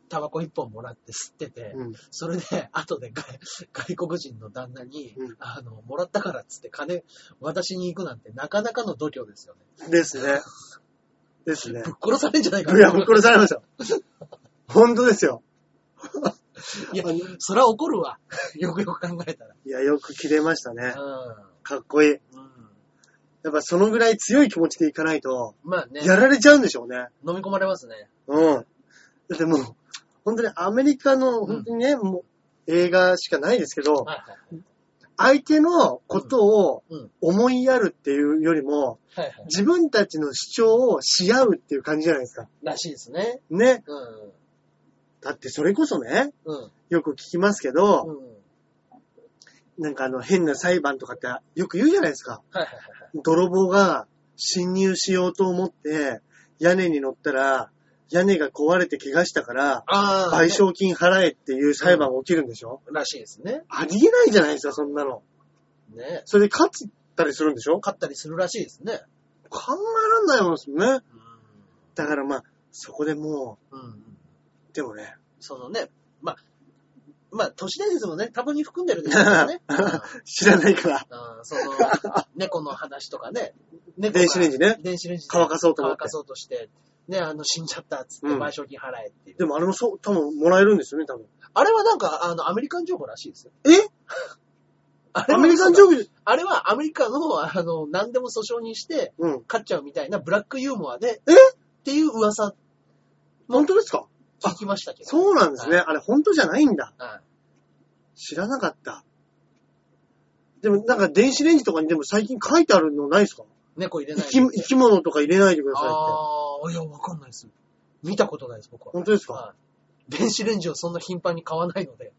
タバコ一本もらって吸ってて、
うん。
それで、後で外外国人の旦那に、
うん
あの、もらったからっつって金渡しに行くなんてなかなかの度胸ですよね。
ですね。ですね
ぶ。っ殺されんじゃない
[laughs]
か
いや、ぶっ殺されました。 [laughs] 本当ですよ。
いや、そりゃ怒るわ。 [laughs] よくよく考えたら。
いや、よく切れましたね。
う
かっこいい。
ん。うん。
やっぱそのぐらい強い気持ちでいかないと、
まあね、
やられちゃうんでしょうね。
飲み込まれますね。
うん。だってもう、本当にアメリカの、本当にね、もう映画しかないですけど、
はいはい
相手のことを
うんうん
思いやるっていうよりも、
はいはい。
自分たちの主張をし合うっていう感じじゃないですか。
らしいですね。
ね。
うん。
だってそれこそね、
うん。
よく聞きますけど、
うん。
なんかあの変な裁判とかってよく言うじゃないですか。
はいはいはいはい。
泥棒が侵入しようと思って、屋根に乗ったら、屋根が壊れて怪我したから、
ああ。
賠償金払えっていう裁判が起きるんでしょ、
らしいですね。
ありえないじゃないですか、そんなの。
ね。
それで勝ったりするんでしょ
勝ったりするらしいですね。
考えられないもんですよね。だからまあ、そこでも
うん。うん。
う、でもね、
そのね、まあ、まあ、都市伝説もね、多分に含んでるでしょうからね。 [laughs] うん
知らないから、
あー
[laughs]
その、猫の話とかね。猫が
電子レンジね。
電子レンジで
乾かそうと思っ
乾
て
かそうとして、ね、あの、死んじゃったっつって
う
賠
ん
償金払えっていう。
でもあれもそう、多分もらえるんですよね、多分。
あれはなんか、あの、アメリカン情報らしいですよ。
え
あれ
ア
は
メリカンジョブ、
あれはアメリカの、あの、何でも訴訟にして、
うん。
勝っちゃうみたいなブラックユーモアで、
え
っていう噂
本当ですか
聞きましたけど。
そうなんですね。あれ本当じゃないんだ。
はい
知らなかった。でもなんか電子レンジとかにでも最近書いてあるのないですか
猫入れ
生
ない
き生き物とか入れないでくださいって。
ああ、いや、わかんないです。見たことないです、僕は。
本当ですか
はい電子レンジをそんな頻繁に買わないので。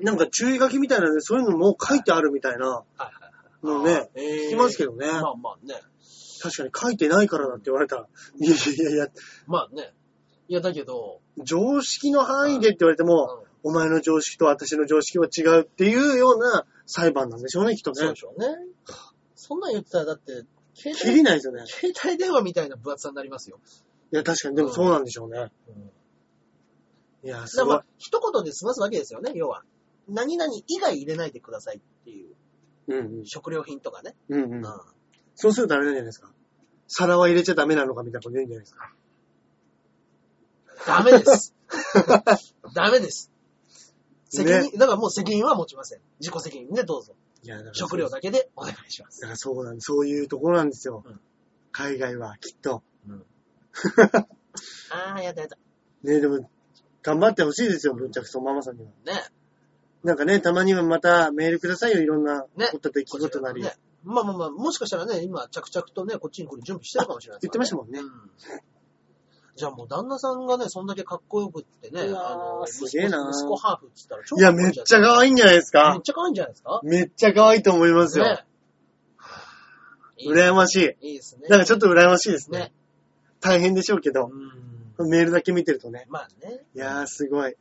なんか注意書きみたいなね、そういうのも書いてあるみたいな
はいはいは
の
い。
ね、
えー
聞きますけどね。
まあまあね。
確かに書いてないからだって言われたら、いやいやいやいや、
まあね。いや、だけど、
常識の範囲でって言われても、
うん
お前の常識と私の常識は違うっていうような裁判なんでしょうね、きっと
そう
ね
で。しょうね。そんなん言ってたら、だって、携
切り
帯、
ないですよね。
携帯電話みたいな分厚さになりますよ。
いや、確かに、でもそうなんでしょうね。
うん
いや、す
だか
ごい
ら、。一言で済ますわけですよね、要は。何々以外入れないでくださいっていう。
うんうん。
食料品とかね。
うんうん
うん。。
そうするとダメなんじゃないですか。皿は入れちゃダメなのかみたいなこと言うんじゃないですか。
ダ
[laughs]
メです。ダメです。責任、
ね
だからもう責任は持ちません。自己責任でどうぞ。
いや、だから
食料だけでお願いします。
だからそうなんそういうところなんですよ。
うん
海外はきっと。
ああ、やだやだ。
ね、でも、頑張ってほしいですよ、ぶっちゃけそう、ママさんには。
ね。
なんかね、たまにはまたメールくださいよ、いろんな
ね
こと、出来事なり。
ね。まあまあまあ、もしかしたらね、今、着々とね、こっちに来る準備してるかもしれない、
言ってましたもんね。
うんじゃあもう旦那さんがね、そんだけかっこよくってね、
うわー
あの、息子
すげえな
息子ハーフって言ったら超
いや、めっちゃ可愛いんじゃないです
め
か
っ。ちゃ可愛いんじゃないですか
めっちゃ可愛いと思いますよ。
ねいい
羨ましい。
いいですね。
なんかちょっと羨ましいですね。
ね。
大変でしょうけ
う
ど、
ん。
メールだけ見てるとね。
まあね。
いやー、すごい
はい。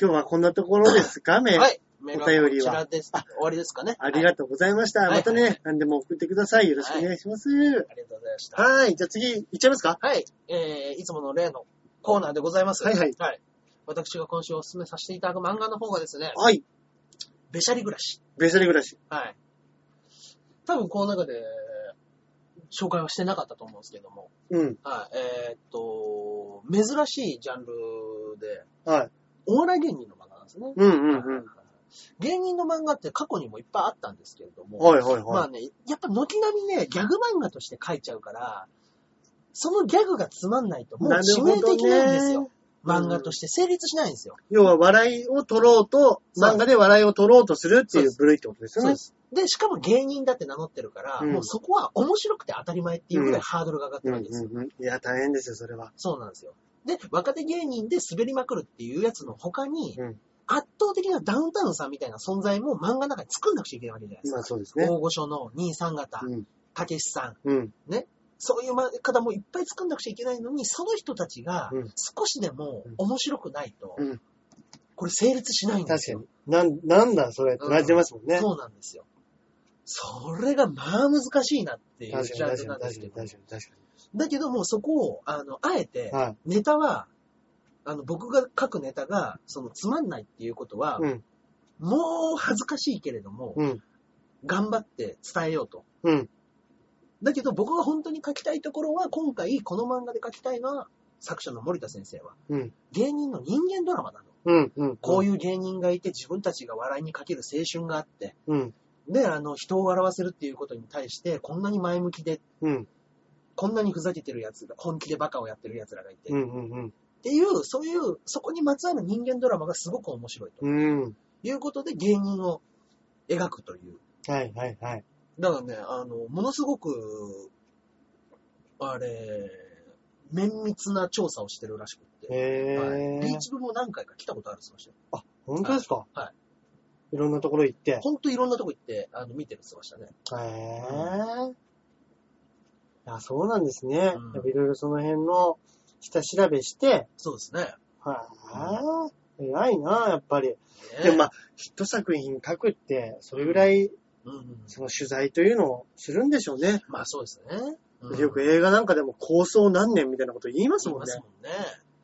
今日はこんなところ
[coughs]
ですかね。
はい。メール
お便りは
こちらです。終わりですかね。
あり
はい
がとうございました。
はい
また
は
ね、何でも送ってください。よろしくお願いします。はい。
ありがとうございました。
じゃあ次、いっちゃいますか
はい。えー、いつもの例のコーナーでございます。
はいはい
私が今週お勧めさせていただく漫画の方がですね、
はい。
べしゃり暮らし。
ベシャリ暮らし。
はい。多分この中で紹介はしてなかったと思うんですけども、
うん。
はい。えーっと、珍しいジャンルで、
はい。
お笑い芸人の漫画なんですね。
うんうんうん。
芸人の漫画って過去にもいっぱいあったんですけれども、
はいはい
ま
は
あね、やっぱ軒並みね、ギャグ漫画として書いちゃうから、そのギャグがつまんないと、
い。
もう致命的なんですよ。。
どね
漫画として成立しないんですよ。
要は笑いを取ろうと、
そう
漫画で笑いを取ろうとするって
そう
い
で
う部類ってことですよ
そう
ね
で。す。で、しかも芸人だって名乗ってるから、
うん
もうそこは面白くて当たり前っていうぐらいハードルが上がって
う
る
ん
わけですよ。
うんうん。いや、大変ですよ、それは。
そうなんですよ。で、若手芸人で滑りまくるっていうやつの他に、
うん
圧倒的なダウンタウンさんみたいな存在も漫画の中に作んなくちゃいけないわけじゃないです
ま
か。
あそうですね。
大御所の兄さん方、
うん。
たけしさん、
うん。
そういう方もいっぱい作んなくちゃいけないのに、その人たちが
うん
少しでも面白くないと、
うん
これ成立しないんで
確
す
か
よ
に。。なん、なんだ、それってなってますもんね。
そうなんですよ。それがまあ難しいなっていう
確
ジ
かに
ャン
確
ル
かに
なんです
確
け
かに確。か
ど
に確か
だけどもうそこを、あの、あえて
に。、はい。
ネタはあの、僕が書くネタが、その、つまんないっていうことは、
うん
もう恥ずかしいけれども、
うん。
頑張って伝えようと。
うん。
だけど僕が本当に書きたいところは、今回この漫画で書きたいのは、作者の森田先生は、
うん。
芸人の人間ドラマなの。
うん。うん。
こう
い
いう芸人がいて自分たちが笑いにかける青春があって、
うん。うん。
で、あの、人を笑わせるっていうことに対して、こんなに前向きで、
うん。
こんなにふざけてる奴が、本気でバカをやってる奴らがいて、
う
っ
ん。うん。
ていう、そういう、そこにまつわる人間ドラマがすごく面白いと
うん。
いうことで芸人を描くという。
はいはいはい。
だからね、あの、ものすごく、あれ、綿密な調査をしてるらしくって、
へ
はいビ
ー
ー。チ部も何回か来たことあるそうですよ。
本当ですか。
はい
いろんなところ行って。へ
ほんといろんなとこ行って、あの、見てるって言ってましたね。
ー。いや、そうなんですね。やっ
うん
ぱいろいろその辺の下調べして、
そうですね。
はぁ、偉いなやっぱり。
ね
でもまあ、ヒット作品書くって、それぐらい、
うんうん
その取材というのをするんでしょうね。
まあそうですね。うん
よく映画なんかでも構想何年みたいなこと言います
言い
もん
ま
ね
す。もんね。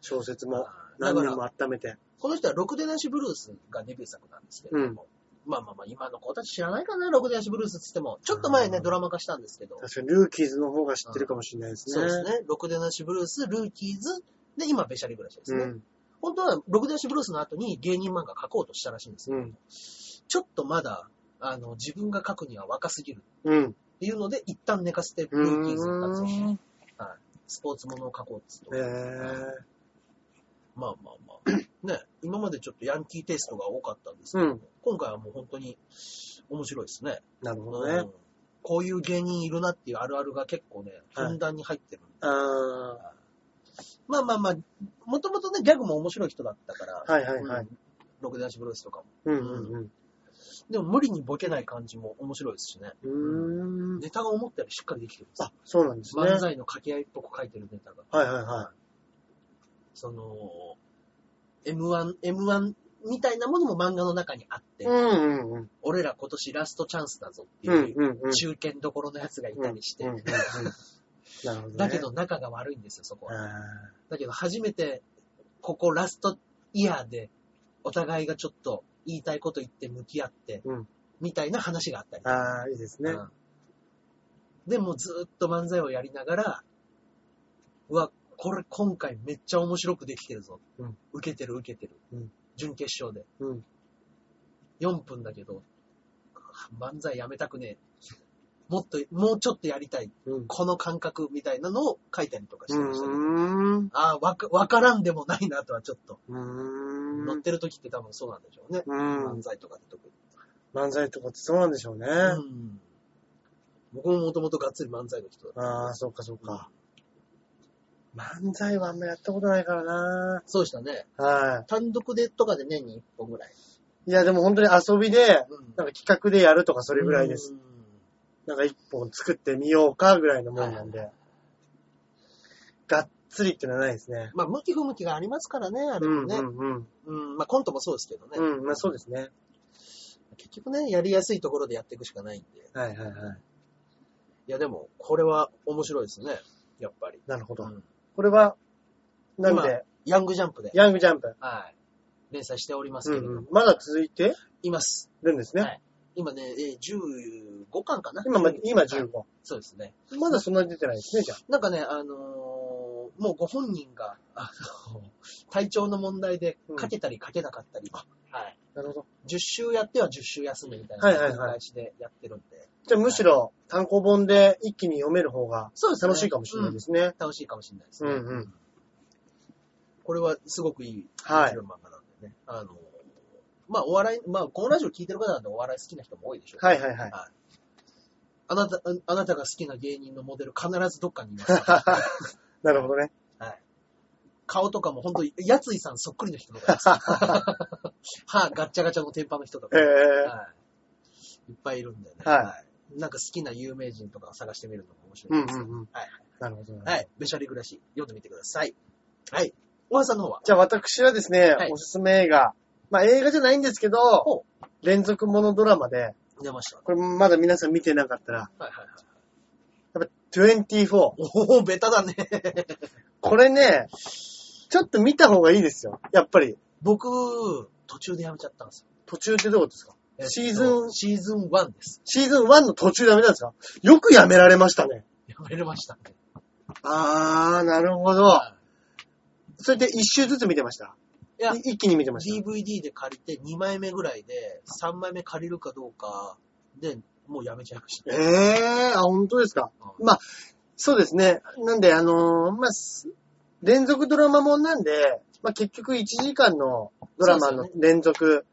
小説
ま
も。
あだ
何
か
年
ら、
も温めて。
この人はロクデナシブルースがデビュー作なんですけれども、まあまあまあ、今の子たち知らないかな、ロクデナシブルースってっても、ちょっと前ね、
うん
ドラマ化したんですけど、
確かに、ルーキーズの方が知ってるかもしれないですね。
そうですね、ロクデナシブルース、ルーキーズ、で、今、ベシャリブラシですね。
うん。
本当は、ロクデナシブルースの後に芸人漫画書こうとしたらしいんですけ
う
ど、
ん。
ちょっとまだ、あの、自分が書くには若すぎる
うん。
っていうので、一旦寝かせて、ルーキーズに行ったんですよ。
うん。
スポーツものを書こうっつって
え。ー。
まあまあまあ。ね、今までちょっとヤンキーテイストが多かったんですけども、
うん
今回はもう本当に面白いですね。
なるほど
う
ね
ん。こういう芸人いるなっていうあるあるが結構ね、
はい
ふんだんに入ってるんで、
あ
まあまあまあ、もともとね、ギャグも面白い人だったから、
ーはいはいはい。
うんロクダンシブルースとかも。
うんうん
でも無理にボケない感じも面白いですしね。
うん。うーん。
ネタが思ったよりしっかりできてるんですよ
あ、そうなんですね。
漫才の掛け合いっぽく書いてるネタが。
はいはいは
その、M1、M1 みたいなものも漫画の中にあって、
い。うんうんうん。
俺ら今年ラストチャンスだぞって
うん
いう、
うんうん。
中堅どころのやつがいたりして、
うんうんうんなるほどね。
だけど仲が悪いんですよ、そこ
あ
は。だけど初めて、ここラストイヤーで、お互いがちょっと言いたいこと言って向き合って、
うん
みたいな話があったり
ー。あー、いいですね
う。んで、もうずっと漫才をやりながら、うわ、これ今回めっちゃ面白くできてるぞ。
うん
受けてる受けてる。
うん
準決勝で。
うん。
4分だけど、漫才やめたくねえ。もっと、もうちょっとやりたい。
うん。
この感覚みたいなのを書いたりとかしてましたけ
う
ど。
ーん。
ああ、わか、わからんでもないなとはちょっと。
うーん
乗ってる時って多分そうなんでしょうね。
うん
漫才とかで特に。
漫才とかってそうなんでしょうね。
うん僕ももともとがっつり漫才の人だった。
ああ、そうかそうか。漫才はあんまやったことないからな
そうでしたね。
は
単独でとかで年に1本ぐらい。
い。いや、でも本当に遊びで、
うん
なんか企画でやるとかそ
そ
れぐらいです。。なんか一本作ってみようかぐらいのもんなんで。がっつりってのはないですね。
まあ、向き不向きがありますからね、あ
う
れ
ん
も
う
ね。
んうん。
うんまあ、コントもそうですけどね。
うん、まあそうですね。
結局ね、やりやすいところでやっていくしかないんで。
はいはいはい。
いや、でも、これは面白いですね。やっぱり。
なるほど。
うん
これは、なんで、
ヤングジャンプで、
ヤングジャンプ。
はい。連載しております
う
けれ
ん
ど
うん
も、、
まだ続いて
います。
るんですね。
はい今ね、えー15巻かな
今ま、今
はい
15。
そうですね。
まだそんなに出てないですね、じゃあ。
なんかね、あのーもうご本人が、あの [laughs] 体調の問題で
うん
かけたりかけなかったり、はい。
なるほど。
10週やっては10週休むみたいな
はいはいはい
繰り返しでやってるんで、
じゃあむしろ単行本で一気に読める方が
そうですね
楽しいかもしれないですね。
楽しいかもしれないですね。
うんうん
これはすごくいい、
はい
面白い漫画なんでね。あのーまあ、お笑い、まあ、このラジオ聞いてる方なんでお笑い好きな人も多いでしょう
はいはいはい。
あなた、あなたが好きな芸人のモデル必ずどっかにいます
[laughs]
から。
なるほどね。
顔とかも本当に、やついさんそっくりの人とか
[laughs]
です。歯ガッチャガチャの天パの人と
え
か、
ー、
はい。いっぱいいるんでね、
はい
いなんか好きな有名人とかを探してみるのも面
う
白
ん
いです。
うんうん。
はい
なるほど、
はい。べしゃり暮らし、読んでみてください。はい。おはさんの方は
じゃあ私はですね、
はい
おすすめ映画。まあ映画じゃないんですけど
ほ、
連続ものドラマで、
出ました。は
これまだ皆さん見てなかったら、
いはいはい。
やっぱ24。
おお、ベタだね。
これね、ちょっと見た方がいいですよ。やっぱり、
僕、途中でやめちゃったんですよ。
途中ってどういうことですか
えっと
シーズン
シーズン1です。
シーズン1の途中でやめたんですかよくやめられましたね。
やめれましたね。
あー、なるほど。それで一周ずつ見てました。
いや
い一気に見てました。
DVD で借りて2枚目ぐらいで、3枚目借りるかどうかで、もうやめちゃいました。
ええー、あ、本当ですか。まあ、そうですね。なんで、あのーまあ、す連続ドラマもんなんで、まあ、結局1時間のドラマ
そう
の
です
連続、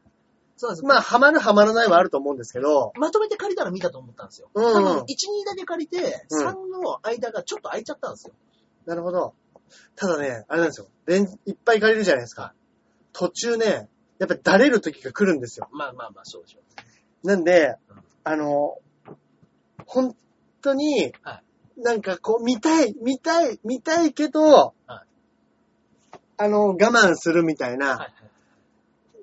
そうなんです。ま
まあ、ハマるハマらないはあると思うんですけど、
まとめて借りたら見たと思ったんですよ。
うんうん
多分、1、2だけ借りて、
うん
3の間がちょっと空いちゃったんですよ。
なるほど。ただね、あれなんですよ。連いっぱい借りるじゃないですか。途中ね、やっぱりだれる時が来るんですよ。
まあまあまあ、そうでしょう。
なんで
うん、
あの、本当に
は、
なんかこう、見たい、見たい、見たいけど、
は
あの、我慢するみたいな、
はいはい。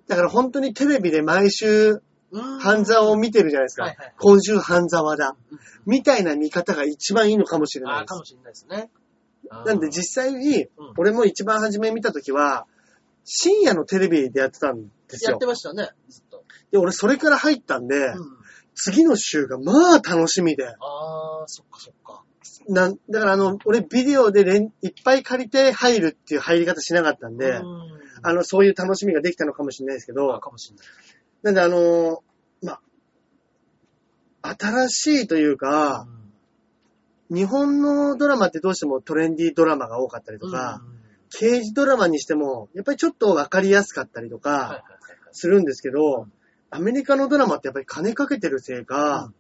だから本当にテレビで毎週、
う
半沢を見てるじゃないですか。
はいはい
今週半沢だ。
うん
みたいな見方が一番いいのかもしれない
ああ、
で
か
す
も。しれないですね。あー
なんで実際に
うん、
俺も一番初め見た時は、深夜のテレビでやってたんです
や
よ
って。ましたね、ずっと。
で、俺それから入ったんで、
うん
次の週がまあ楽しみで。
ああ、そっかそっか。
なんだからあの、俺ビデオで連いっぱい借りて入るっていう入り方しなかったんで、
うん
あの、そういう楽しみができたのかもしれないですけ
あ
ど、
かもしれない。
なんであのーまあ、新しいというか
う、ん
日本のドラマってどうしてもトレンディードラマが多かったりとか、
うん
刑事ドラマにしても、やっぱりちょっとわかりやすかったりと
はいはい
か、
はいはい
するんですけど、
うん
アメリカのドラマってやっぱり金かけてるせいか、
うん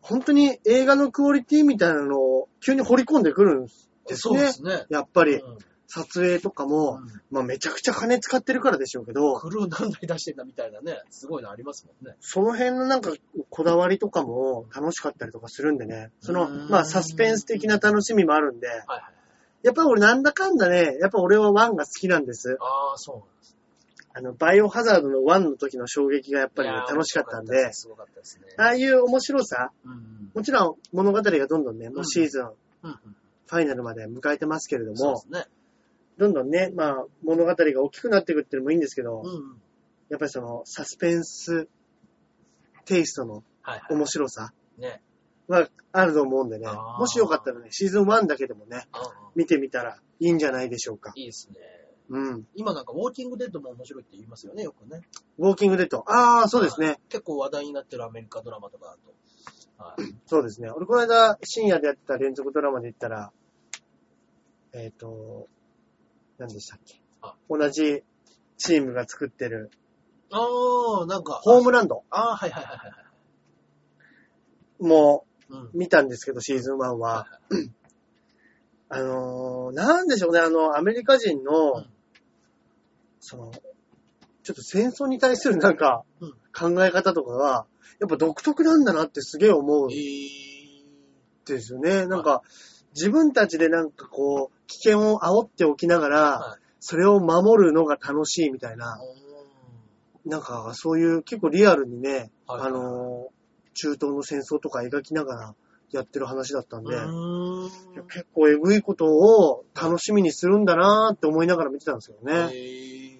本当に映画のクオリティみたいなのを急に掘り込んでくるんですね。
そうですね。
やっぱり、
うん
撮影とかも、
うん
まあめちゃくちゃ金使ってるからでしょうけど、
クルー何台出してんだみたいなね、すごいのありますもんね。
その辺のなんかこだわりとかも楽しかったりとかするんでね、その、
うん
まあサスペンス的な楽しみもあるんで、
はいはい。
やっぱ俺なんだかんだね、やっぱ俺はワンが好きなんです。
ああ、そうなんですね。
あの、バイオハザードのワンの時の衝撃がやっぱりね、
いやー
楽しかったん
面白か
で
っ、すごかったですね。
ああいう面白さ、
うん
もちろん物語がどんどんね、もうシーズン、
うんうん
ファイナルまで迎えてますけれど
そうで
も、
すね。
どんどんね、まあ物語が大きくなっていくっていうのもいいんですけど、
うんうん。
やっぱりそのサスペンステイストの
はいは
面白さ
い。ね。
はあると思うんでね、
あー
もしよかったらね、シーズン1だけでもね、
うんうん
見てみたらいいんじゃないでしょうか。
いいですね。
うん。
今なんか、ウォーキングデッドも面白いって言いますよね、よくね。
ウォーキングデッド。ああ、そうですね。
結構話題になってるアメリカドラマとかだと。はい。
そうですね。俺、この間、深夜でやってた連続ドラマで言ったら、えっ、と、何でしたっけ
あ
同じチームが作ってる、
ああ、なんか、
ホームランド
ああ、はいはいはいはいはい。
も
うん。
見たんですけど、シーズン1は。 [clears throat] あのー、なんでしょうね、あの、アメリカ人
う
の
ん、
その、ちょっと戦争に対するなんか
うん、
考え方とかが、やっぱ独特なんだなってすげえ思うん
え
ですよね。なんか、自分たちでなんかこう、危険を煽っておきなが
ー、
ら、
はい。
それを守るのが楽しいみたいな、
う
なんかそういう結構リアルにね、
はい
あのー、中東の戦争とか描きながらやってる話だったんで、
ーん。
いや結構エグいことを楽しみにするんだなーって思いながら見てたんですけど
え
ね。
ー、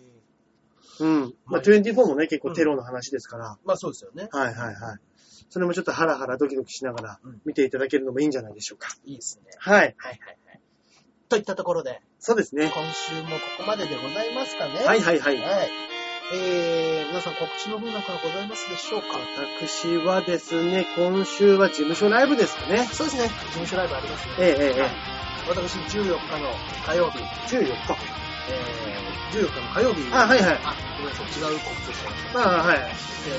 うん。まあ、24もね、結構テロの話ですから、
まあそうですよね。
はいはいはい。それもちょっとハラハラドキドキしながら
うん
見ていただけるのもいいんじゃないでしょうか。
いいですね。
はい。
はいはいはい。といったところで、
そうですね。
今週もここまででございますかね。
はいはいはい。
はい。えー、皆さん告知の方なんかはございますでしょうか
私はですね、今週は事務所ライブですかね。
そうですね。事務所ライブありますね。
ええええ
はい私、14日の火曜日、
ええ、14日。
えー、14日の火曜日。
あ、はいはい。
あ、ごめんなさい。違う告知をしてました。
まあ、はい。
え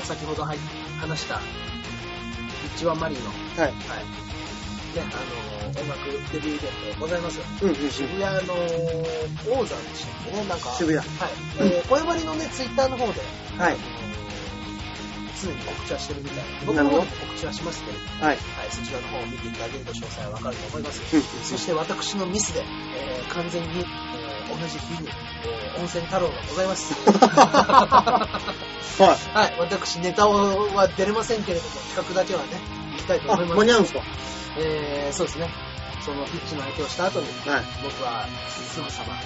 ー先ほどはい話した、一番マリーの、
はい。
はい。ね、あのー音楽デビューイベントございますよ。
うん、うん、
渋谷の王座でしたっけね、なんか。
渋谷
はい。えー、小山りのね、ツイッターの方で、
はい。
常に告知はしてるみたいな。僕
な
の
る
方
ほ
で
ど
も告知はしますけど、は
はい。
い、そちらの方を見ていただけると詳細はわかると思います。
うん
そして私のミスで、えー完全に、えー同じ日に、えー温泉太郎がござい
[laughs]
ます。
はい。
はい、私ネタは出れませんけれども、企画だけはね、行きたいと
あ、
思いま
間
す。
に合うんですかは
えー、そうですね。そのピッチの相手をした後に、
い。
僕は、すぐさま、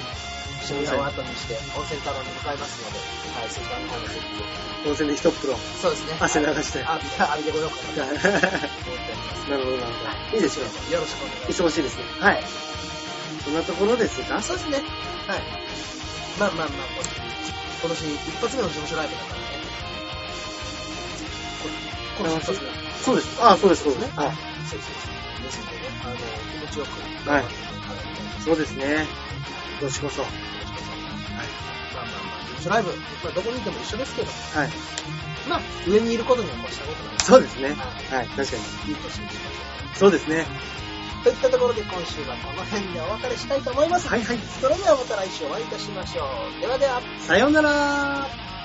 シャワーを後にして、温泉太郎に向かいますので、はい、そちらの方にぜ
温泉で一袋
ひ。そうですね。
汗流して。
あ、浴びてこようかなと思っております。
なるほど、なる
は
ほど。いいですよ。
よろしくお願いし
忙
ます。
しいですね。はい。そんなところですが、
そうですね。はい。まあまあまあ、今年一発目の事務所ライブだからね。こ今年一発目。
そうです。ああ、そうです、そうです。
はい
あ。
そうですそうです。ですのでね、あの、気持ちよく、
はい
頑張っていただいて
そうですね。今年こそ。は
まあまあまあ、事務所ライブ、まあどこにいても一緒ですけど、
い。
まあ、上にいることには越したことない。
そうですね。
は
は
い
い、確かに。
いい年にしましょ
そうですね。
う。といったところで今週はこの辺でお別れしたいと思います。
はいはい。
それではまた来週お会いいたしましょう。ではでは。
さようなら。